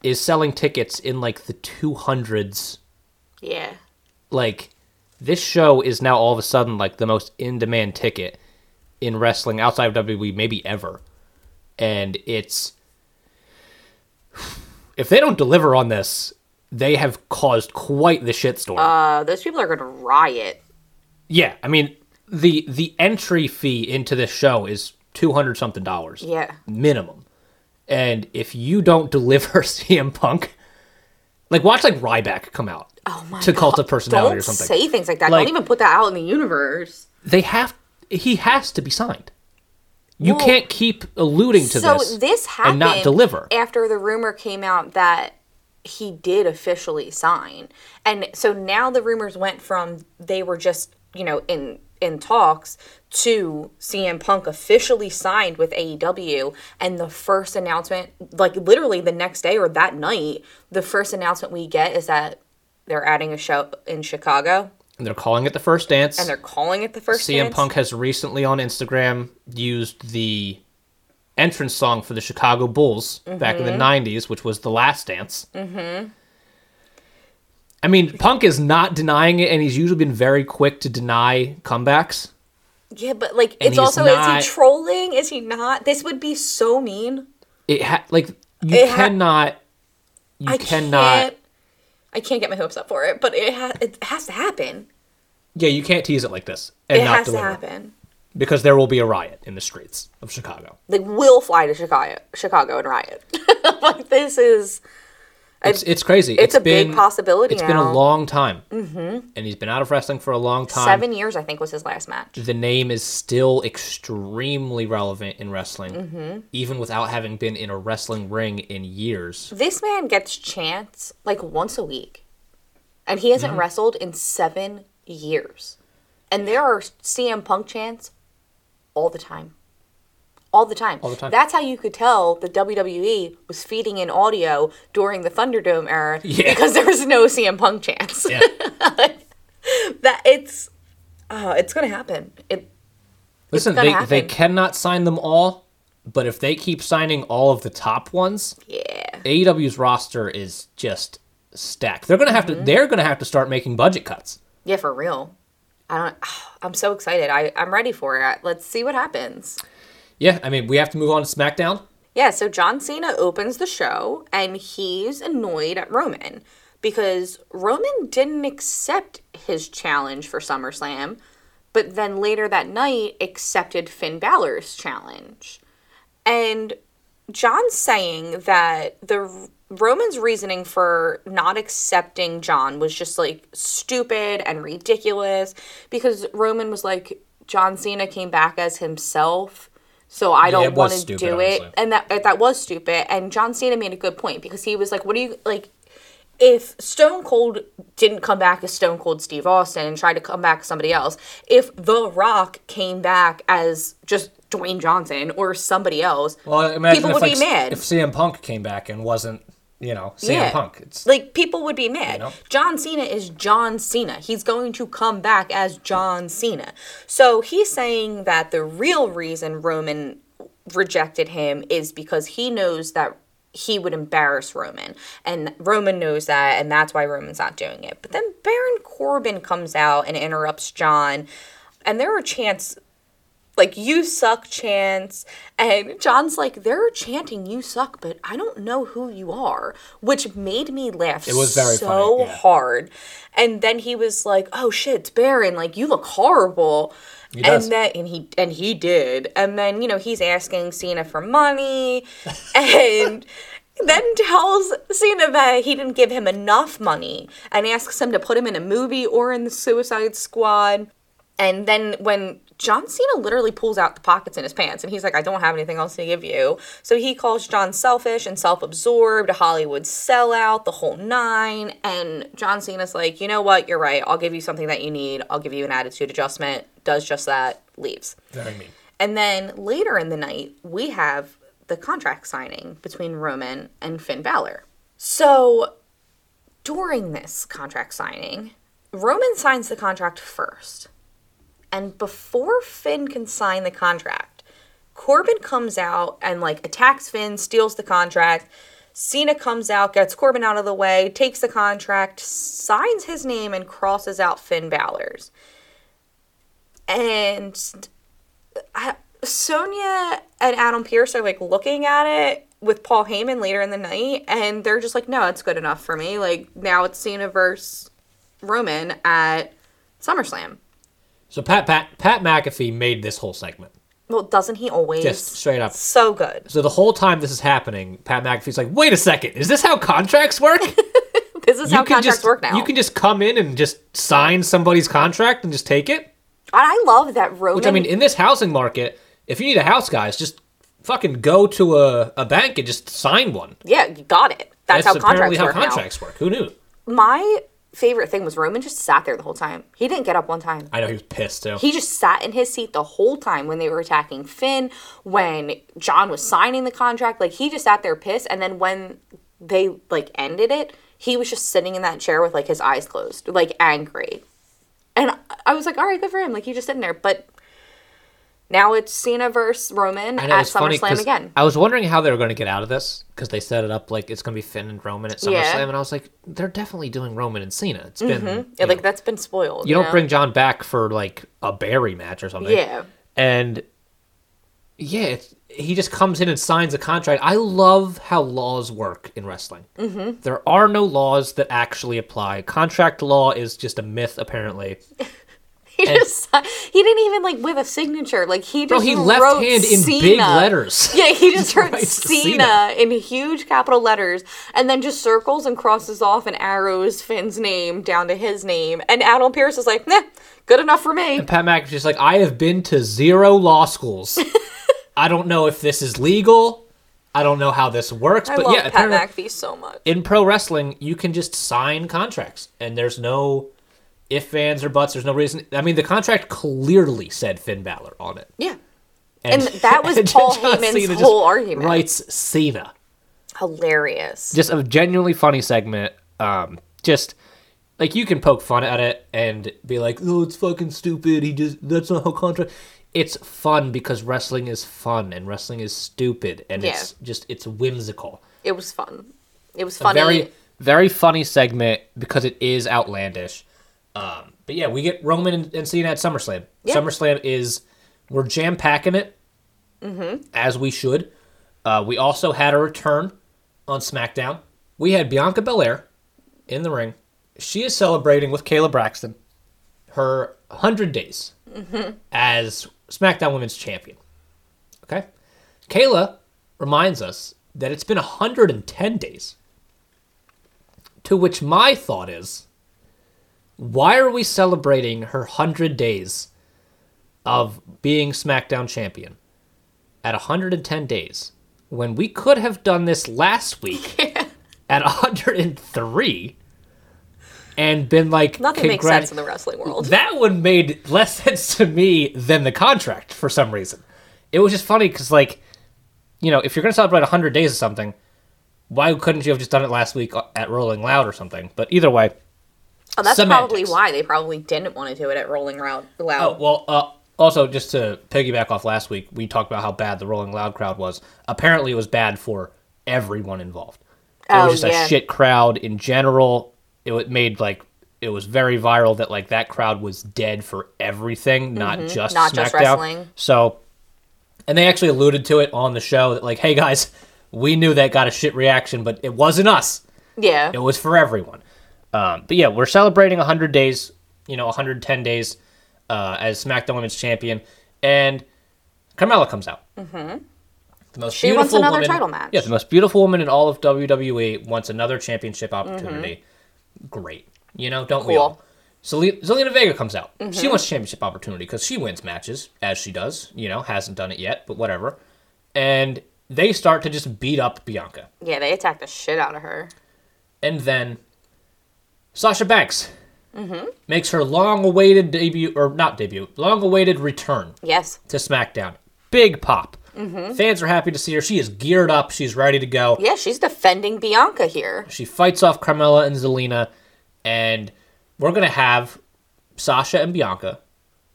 is selling tickets in like the 200s Yeah. like this show is now all of a sudden like the most in demand ticket in wrestling outside of WWE maybe ever. And it's if they don't deliver on this, they have caused quite the shitstorm. Uh, those people are going to riot. yeah, I mean the the entry fee into this show is two hundred something dollars Yeah. minimum. And if you don't deliver CM Punk, like watch like Ryback come out Oh my to cult of God. personality Don't or something. say things like that. Like- Don't even put that out in the universe. they have he has to be signed. You Well, can't keep alluding to so this, this, happened and not deliver. after the rumor came out that he did officially sign and so now the rumors went from they were just you know in in talks to CM Punk officially signed with AEW and the first announcement like literally the next day or that night the first announcement we get is that they're adding a show in Chicago And they're calling it the first dance. and they're calling it the first CM dance. Punk has recently on Instagram used the entrance song for the Chicago Bulls back in Mm-hmm. the '90s, which was the Last Dance. Mm-hmm. I mean, Punk is not denying it, and he's usually been very quick to deny comebacks. yeah but like it's he's also not- is he trolling is he not this would be so mean It ha- like you It ha- cannot, you I cannot, Can't, I can't get my hopes up for it, but it ha- it has to happen. yeah, you can't tease it like this and it not has deliver. to happen. because there will be a riot in the streets of Chicago. They will fly to Chicago, Chicago and riot. like this is It's it's crazy. it's a big been- possibility It's been a now. long time, mm-hmm. and he's been out of wrestling for a long time. Seven years, I think, was his last match. The name is still extremely relevant in wrestling, Mm-hmm. even without having been in a wrestling ring in years. This man gets chance like once a week, and he hasn't wrestled in seven years. And there are CM Punk chants all the time. All the time. All the time. That's how you could tell the WWE was feeding in audio during the Thunderdome era Yeah. because there was no CM Punk chants. Yeah. that it's uh, it's gonna happen. It Listen, gonna they, they happen. cannot sign them all, but if they keep signing all of the top ones, yeah. AEW's roster is just stacked. They're gonna have Mm-hmm. to they're gonna have to start making budget cuts. Yeah, for real. I don't. I'm so excited. I I'm ready for it. Let's see what happens. Yeah, I mean we have to move on to SmackDown. Yeah. So John Cena opens the show, and he's annoyed at Roman because Roman didn't accept his challenge for SummerSlam, but then later that night accepted Finn Balor's challenge, and John's saying that the Roman's reasoning for not accepting John was just like stupid and ridiculous because Roman was like John Cena came back as himself, so I it don't was want to stupid, do it. honestly. And that that was stupid. And John Cena made a good point because he was like, "What do you like?" If Stone Cold didn't come back as Stone Cold Steve Austin and tried to come back as somebody else, if The Rock came back as just Dwayne Johnson or somebody else, Well, imagine People if, would like, be mad. if CM Punk came back and wasn't, you know, CM Yeah. Punk. It's like people would be mad. know? John Cena is John Cena. He's going to come back as John Cena. So he's saying that the real reason Roman rejected him is because he knows that he would embarrass Roman. And Roman knows that and that's why Roman's not doing it. But then Baron Corbin comes out and interrupts John and there are chants like you suck chants and john's like they're chanting you suck but i don't know who you are which made me laugh it was very so funny, yeah. hard and then he was like oh shit it's baron like you look horrible does. and then and he and he did and then you know he's asking cena for money and then tells cena that he didn't give him enough money and asks him to put him in a movie or in the suicide squad and then when John Cena literally pulls out the pockets in his pants and he's like, I don't have anything else to give you. So he calls John selfish and self absorbed, a Hollywood sellout, the whole nine. And John Cena's like, you know what? You're right. I'll give you something that you need. I'll give you an attitude adjustment. Does just that, leaves. very mean. And then later in the night, we have the contract signing between Roman and Finn Balor. So during this contract signing, Roman signs the contract first. And before Finn can sign the contract, Corbin comes out and like attacks Finn, steals the contract. Cena comes out, gets Corbin out of the way, takes the contract, signs his name, and crosses out Finn Balor's. And I- Sonia and Adam Pierce are like looking at it with Paul Heyman later in the night, and they're just like, no, it's good enough for me. Like, now it's Cena versus Roman at SummerSlam. So Pat Pat Pat McAfee made this whole segment. Well, doesn't he always? Just straight up. So good. So the whole time this is happening, Pat McAfee's like, "Wait a second, is this how contracts work? This is how contracts just work now. you can just come in and just sign somebody's contract and just take it." And I love that Roman. Which I mean, in this housing market, if you need a house, guys, just fucking go to a, a bank and just sign one. yeah, you got it. That's, how apparently contracts how work contracts work. Who knew? now. My favorite thing was Roman just sat there the whole time. He didn't get up one time. I know he was pissed too. He just sat in his seat the whole time when they were attacking Finn, when John was signing the contract. Like he just sat there pissed, and then when they like ended it, he was just sitting in that chair with like his eyes closed, like angry. And I- I was like, all right, good for him. Like he just sitting there, but now it's Cena versus Roman I know, at it's funny SummerSlam 'cause again. I was wondering how they were going to get out of this because they set it up like it's going to be Finn and Roman at SummerSlam, Yeah. and I was like, they're definitely doing Roman and Cena. It's been you, Yeah, like know, that's been spoiled. you don't know? bring John back for like a Barry match or something. Yeah. and yeah, it's, he just comes in and signs a contract. I love how laws work in wrestling. Mm-hmm. There are no laws that actually apply. Contract law is just a myth, apparently. He just he didn't even like with a signature. Like he just Bro, he left wrote hand in Cena. big letters. Yeah, he just He wrote writes Cena in huge capital letters, and then just circles and crosses off and arrows Finn's name down to his name. And Adam Pierce is like, nah, good enough for me. Pat McAfee's like, I have been to zero law schools. I don't know if this is legal. I don't know how this works, I but love yeah, Pat apparently McAfee so much. in pro wrestling, you can just sign contracts, and there's no if fans or buts. There's no reason. I mean, the contract clearly said Finn Balor on it, Yeah, And that was Paul Heyman's just whole argument. Writes Cena. hilarious. Just a genuinely funny segment. Um, just like you can poke fun at it and be like, "Oh, it's fucking stupid." He just that's not how contract. It's fun because wrestling is fun and wrestling is stupid and Yeah. it's just it's whimsical. It was fun. It was funny. Very very funny segment because it is outlandish. Um, but yeah, we get Roman and, and Cena at SummerSlam. Yeah. SummerSlam is we're jam packing it Mm-hmm. as we should. Uh, we also had a return on SmackDown. We had Bianca Belair in the ring. She is celebrating with Kayla Braxton her 100 days Mm-hmm. as SmackDown Women's Champion. Okay? Kayla reminds us that it's been 110 days. To which my thought is why are we celebrating her 100 days of being SmackDown Champion? at 110 days when we could have done this last week at 103 and been like Nothing makes congrat- sense in the wrestling world. that one made less sense to me than the contract for some reason it was just funny because like you know if you're going to celebrate 100 days of something why couldn't you have just done it last week uh, at rolling loud or something but either way Oh, that's probably semantics. why they probably didn't want to do it at Rolling Round Oh Loud. well. Uh, also, just to piggyback off last week, we talked about how bad the Rolling Loud crowd was. Apparently, it was bad for everyone involved. It Oh, was just yeah. a shit crowd in general. It wa- made like it was very viral that like that crowd was dead for everything, not just Mm-hmm. Not just SmackDown. wrestling. So, and they actually alluded to it on the show that like, hey guys, we knew that got a shit reaction, but it wasn't us. yeah. It was for everyone. Um, but yeah, we're celebrating 100 days, you know, 110 days uh, as SmackDown Women's Champion. And Carmella comes out. Mm-hmm. The most She wants another title match. Yeah, the most beautiful woman in all of WWE wants another championship opportunity. Great. You know, don't we Mm-hmm. Cool. Mm-hmm. all? Zelina Zelina Vega comes out. She wants championship opportunity because she wins matches, as she does. You know, hasn't done it yet, but whatever. And they start to just beat up Bianca. Yeah, they attacked the shit out of her. And then Sasha Banks makes her long awaited debut, or not debut, long awaited return Yes. to SmackDown. Big pop. Fans are happy to see her. She is geared up, she's ready to go. Yeah, she's defending Bianca here. She fights off Carmella and Zelina, and we're going to have Sasha and Bianca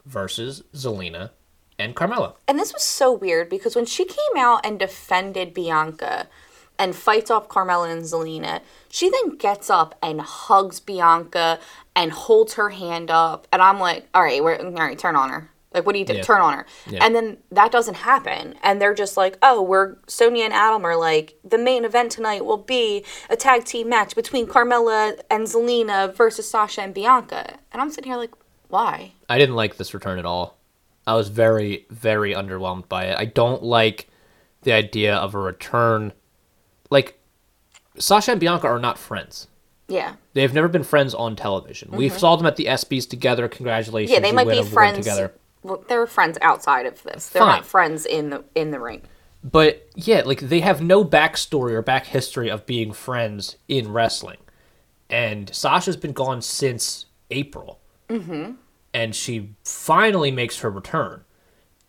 versus Zelina and Carmella. And this was so weird because when she came out and defended Bianca and fights off Carmella and Zelina, she then gets up and hugs Bianca and holds her hand up. And I'm like, all right, we're, all right, turn on her. Like, what do you do? Turn on her. And then that doesn't happen. And they're just like, oh, we're Sonia and Adam are like, the main event tonight will be a tag team match between Carmella and Zelina versus Sasha and Bianca. And I'm sitting here like, why? I didn't like this return at all. I was very, very underwhelmed by it. I don't like the idea of a return. Like, Sasha and Bianca are not friends. Yeah. They've never been friends on television. We saw them at the ESPYs together. Congratulations. Mm-hmm. Yeah, they you might win be a win friends. together. Well, they're friends outside of this. They're Fine. not friends in the in the ring. But yeah, like they have no backstory or back history of being friends in wrestling. And Sasha's been gone since April. Mm-hmm. And she finally makes her return.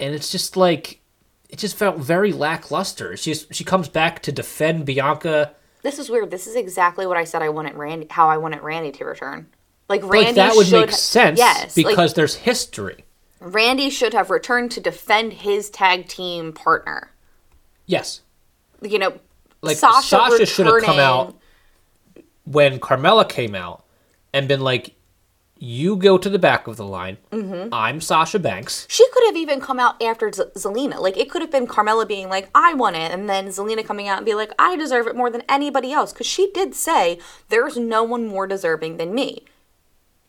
And it's just like, it just felt very lackluster. She's, she comes back to defend Bianca. This is weird. This is exactly what I said I wanted Randy how I wanted Randy to return. Like Like, Randy that would should, make sense Yes. like, because there's history. Randy should have returned to defend his tag team partner. Yes. You know, Like Sasha, Sasha should have come returning- out when Carmella came out and been like, you go to the back of the line. Mm-hmm. I'm Sasha Banks. She could have even come out after Z- Zelina. Like it could have been Carmella being like, "I want it," and then Zelina coming out and be like, "I deserve it more than anybody else," because she did say, "There's no one more deserving than me."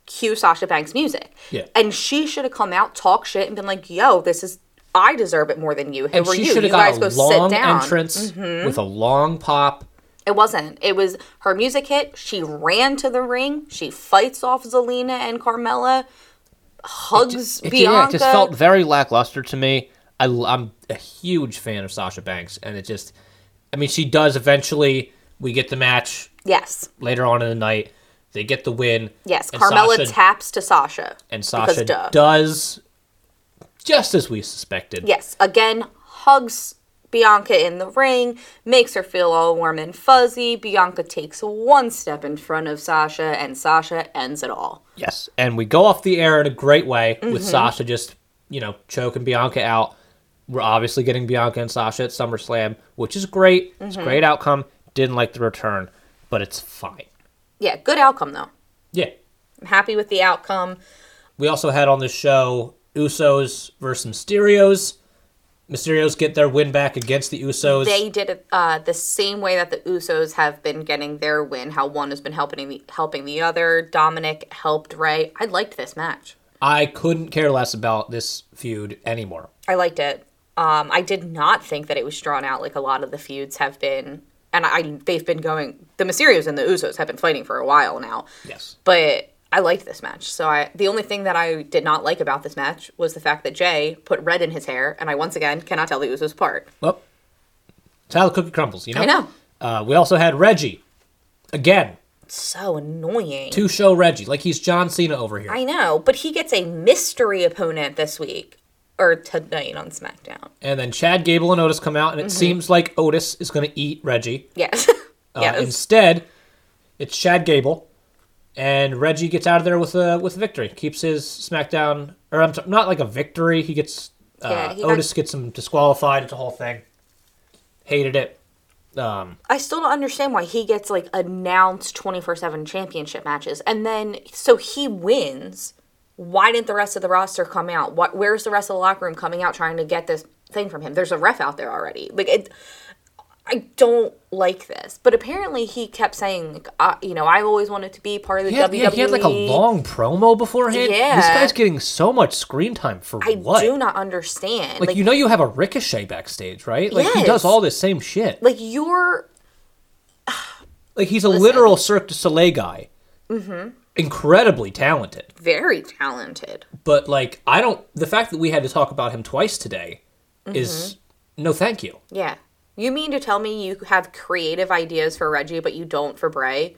cue Sasha Banks music. Yeah. And she should have come out, talk shit, and been like, yo, this is, I deserve it more than you. Who And are she you? should You have got guys a go long sit down. Mm-hmm. entrance with a long pop. It wasn't. It was her music hit. She ran to the ring. She fights off Zelina and Carmella, hugs It, yeah, it Bianca. just felt very lackluster to me. I, am a huge fan of Sasha Banks, and it just, I mean, she does eventually. We get the match yes. later on in the night. They get the win. Yes. and Carmella Sasha- taps to Sasha. and because Sasha duh. does just as we suspected. Yes. Again, hugs Bianca in the ring, makes her feel all warm and fuzzy. Bianca takes one step in front of Sasha, and Sasha ends it all. Yes, and we go off the air in a great way Mm-hmm. with Sasha just you know choking Bianca out. We're obviously getting Bianca and Sasha at SummerSlam, which is great. It's Mm-hmm. a great outcome. Didn't like the return, but it's fine. Yeah. Good outcome, though. Yeah. I'm happy with the outcome. We also had on the show Usos versus Mysterios. Mysterios get their win back against the Usos. they did it uh, the same way that the Usos have been getting their win. How one has been helping the helping the other. Dominic helped Ray. I liked this match. I couldn't care less about this feud anymore. I liked it. Um, I did not think that it was drawn out like a lot of the feuds have been, and I they've been going. The Mysterios and the Usos have been fighting for a while now, Yes. but I liked this match. So I the only thing that I did not like about this match was the fact that Jay put red in his hair, and I once again cannot tell the Usos apart. Well, it's how the cookie crumbles, you know? I know, Uh, we also had Reggie. Again, so annoying. two show Reggie. Like he's John Cena over here. I know, but he gets a mystery opponent this week or tonight on SmackDown. and then Chad Gable and Otis come out, and Mm-hmm. it seems like Otis is going to eat Reggie. Yes. Uh, yes. Instead, it's Chad Gable, and Reggie gets out of there with a with a victory. Keeps his SmackDown, or I'm sorry, not like a victory. He gets uh, Yeah, he got- Otis gets him disqualified. It's a whole thing. Hated it. Um, I still don't understand why he gets like announced 24 7 championship matches. And then, so he wins. Why didn't the rest of the roster come out? What, where's the rest of the locker room coming out trying to get this thing from him? There's a ref out there already. Like, it, I don't like this. But apparently, he kept saying, like, uh, you know, I've always wanted to be part of the E." yeah, WWE. yeah, he had like a long promo beforehand. this Yeah. guy's getting so much screen time for I what? do not understand. like, you know, you have a ricochet backstage, right? Like he does Yes. all this same shit. like you're Like he's a literal Cirque du Soleil guy. Mm-hmm. Incredibly talented, very talented. but like I don't. The fact that we had to talk about him twice today Mm-hmm. is no, thank you. Yeah. You mean to tell me you have creative ideas for Reggie, but you don't for Bray?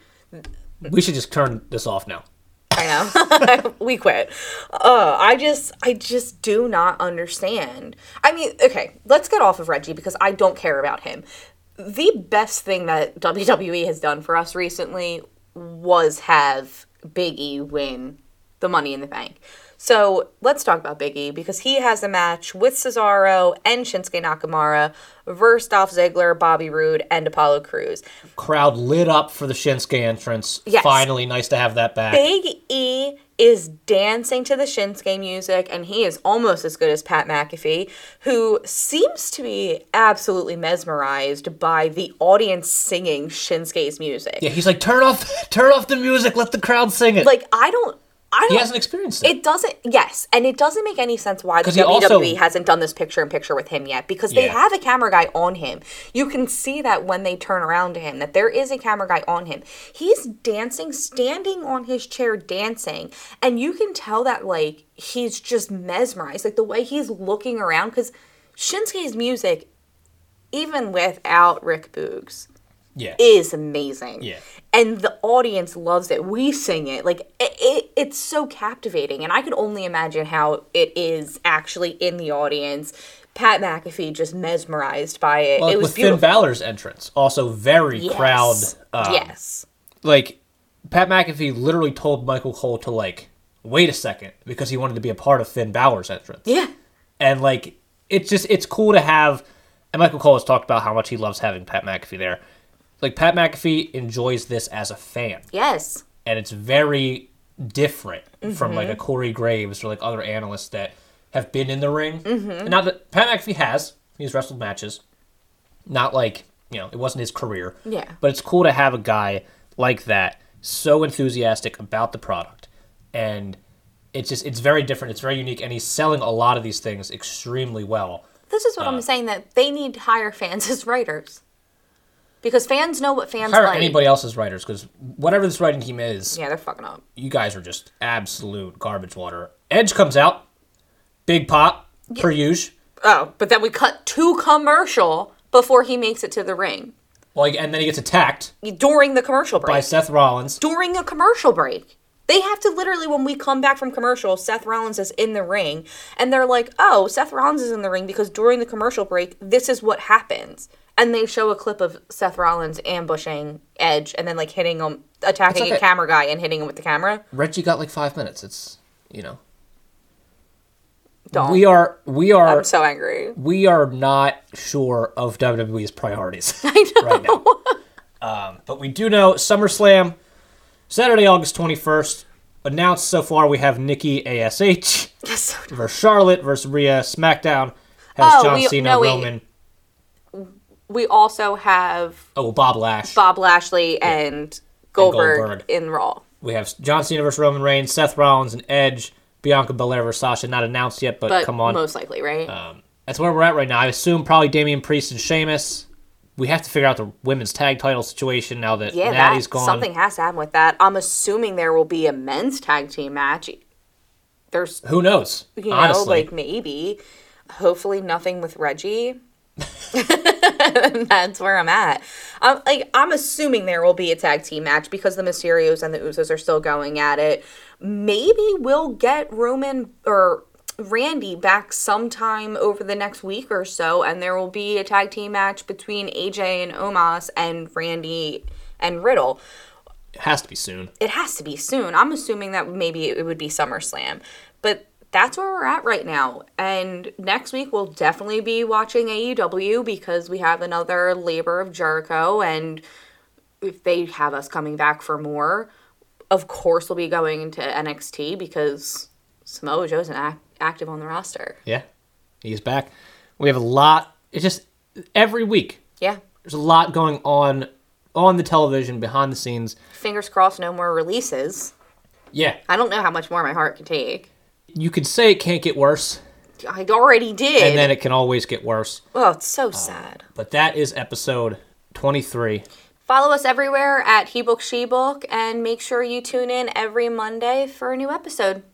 We should just turn this off now. I know. we quit. Uh, I just, I just do not understand. I mean, okay, let's get off of Reggie because I don't care about him. The best thing that WWE has done for us recently was have Big E win the Money in the Bank. So let's talk about Big E because he has a match with Cesaro and Shinsuke Nakamura versus Dolph Ziggler, Bobby Roode, and Apollo Crews. Crowd lit up for the Shinsuke entrance. Yes. Finally, nice to have that back. Big E is dancing to the Shinsuke music, and he is almost as good as Pat McAfee, who seems to be absolutely mesmerized by the audience singing Shinsuke's music. Yeah, he's like, turn off, turn off the music. Let the crowd sing it. Like I don't, I he don't. hasn't experienced it. it doesn't. Yes, and it doesn't make any sense why the 'Cause he WWE also- hasn't done this picture in picture with him yet because they Yeah. have a camera guy on him. You can see that when they turn around to him that there is a camera guy on him. He's dancing, standing on his chair dancing, and you can tell that like he's just mesmerized, like the way he's looking around because Shinsuke's music, even without Rick Boogs, yeah. is amazing. Yeah. And the audience loves it. We sing it. Like it, it, it's so captivating and I could only imagine how it is actually in the audience. Pat McAfee just mesmerized by it. But it was with Finn beautiful. Balor's entrance, also very crowd. Uh, yes. like Pat McAfee literally told Michael Cole to like wait a second because he wanted to be a part of Finn Balor's entrance. Yeah. And like it's just it's cool to have and Michael Cole has talked about how much he loves having Pat McAfee there. Like Pat McAfee enjoys this as a fan. Yes. And it's very different from like a Corey Graves or like other analysts that have been in the ring. Mm-hmm. Not that Pat McAfee has. He's wrestled matches. Not like, you know, it wasn't his career. Yeah. But it's cool to have a guy like that so enthusiastic about the product. and it's just it's very different. It's very unique, and he's selling a lot of these things extremely well. This is what Uh, I'm saying that they need to hire fans as writers. Because fans know what fans Hire like. anybody else's writers because whatever this writing team is, Yeah, they're fucking up. you guys are just absolute garbage water. Edge comes out, big pop per usual. Oh, but then we cut to commercial before he makes it to the ring Like, and then he gets attacked during the commercial break. by Seth Rollins. during a commercial break. They have to literally, when we come back from commercial, Seth Rollins is in the ring, and they're like, "Oh, Seth Rollins is in the ring because during the commercial break, this is what happens." And they show a clip of Seth Rollins ambushing Edge, and then like hitting him, attacking It's okay. a camera guy, and hitting him with the camera. Reggie got like five minutes. It's you know Don't. we are we are I'm so angry. we are not sure of WWE's priorities right now. Um, but we do know SummerSlam, Saturday, August 21st. Announced so far, we have Nikki ASH Yes. versus Charlotte versus Rhea. SmackDown has Oh, John we- Cena, no, wait. Roman, We also have oh, Bob Lash. Bob Lashley and Goldberg, Goldberg. in Raw. We have John Cena versus Roman Reigns, Seth Rollins and Edge, Bianca Belair versus Sasha. Not announced yet, but, But come on. most likely, right? Um, that's where we're at right now. I assume probably Damian Priest and Sheamus. We have to figure out the women's tag title situation now that yeah, Natty's that gone. something has to happen with that. I'm assuming there will be a men's tag team match. There's, Who knows? you know, honestly, like maybe, hopefully nothing with Reggie. That's where I'm at. I'm like I'm assuming there will be a tag team match because the Mysterios and the Usos are still going at it. Maybe we'll get Roman or Randy back sometime over the next week or so, and there will be a tag team match between AJ and Omos and Randy and Riddle it has to be soon. it has to be soon. I'm assuming that maybe it would be SummerSlam, but that's where we're at right now. And next week we'll definitely be watching AEW because we have another Labor of Jericho, and if they have us coming back for more, of course we'll be going into NXT because Samoa Joe's an act- active on the roster. Yeah, he's back. We have a lot. It's just every week. Yeah, There's a lot going on on the television behind the scenes. fingers crossed, no more releases. Yeah, I don't know how much more my heart can take. you could say it can't get worse, I already did. and then it can always get worse. oh, it's so sad. But that is episode 23. Follow us everywhere at HeBook SheBook and make sure you tune in every Monday for a new episode.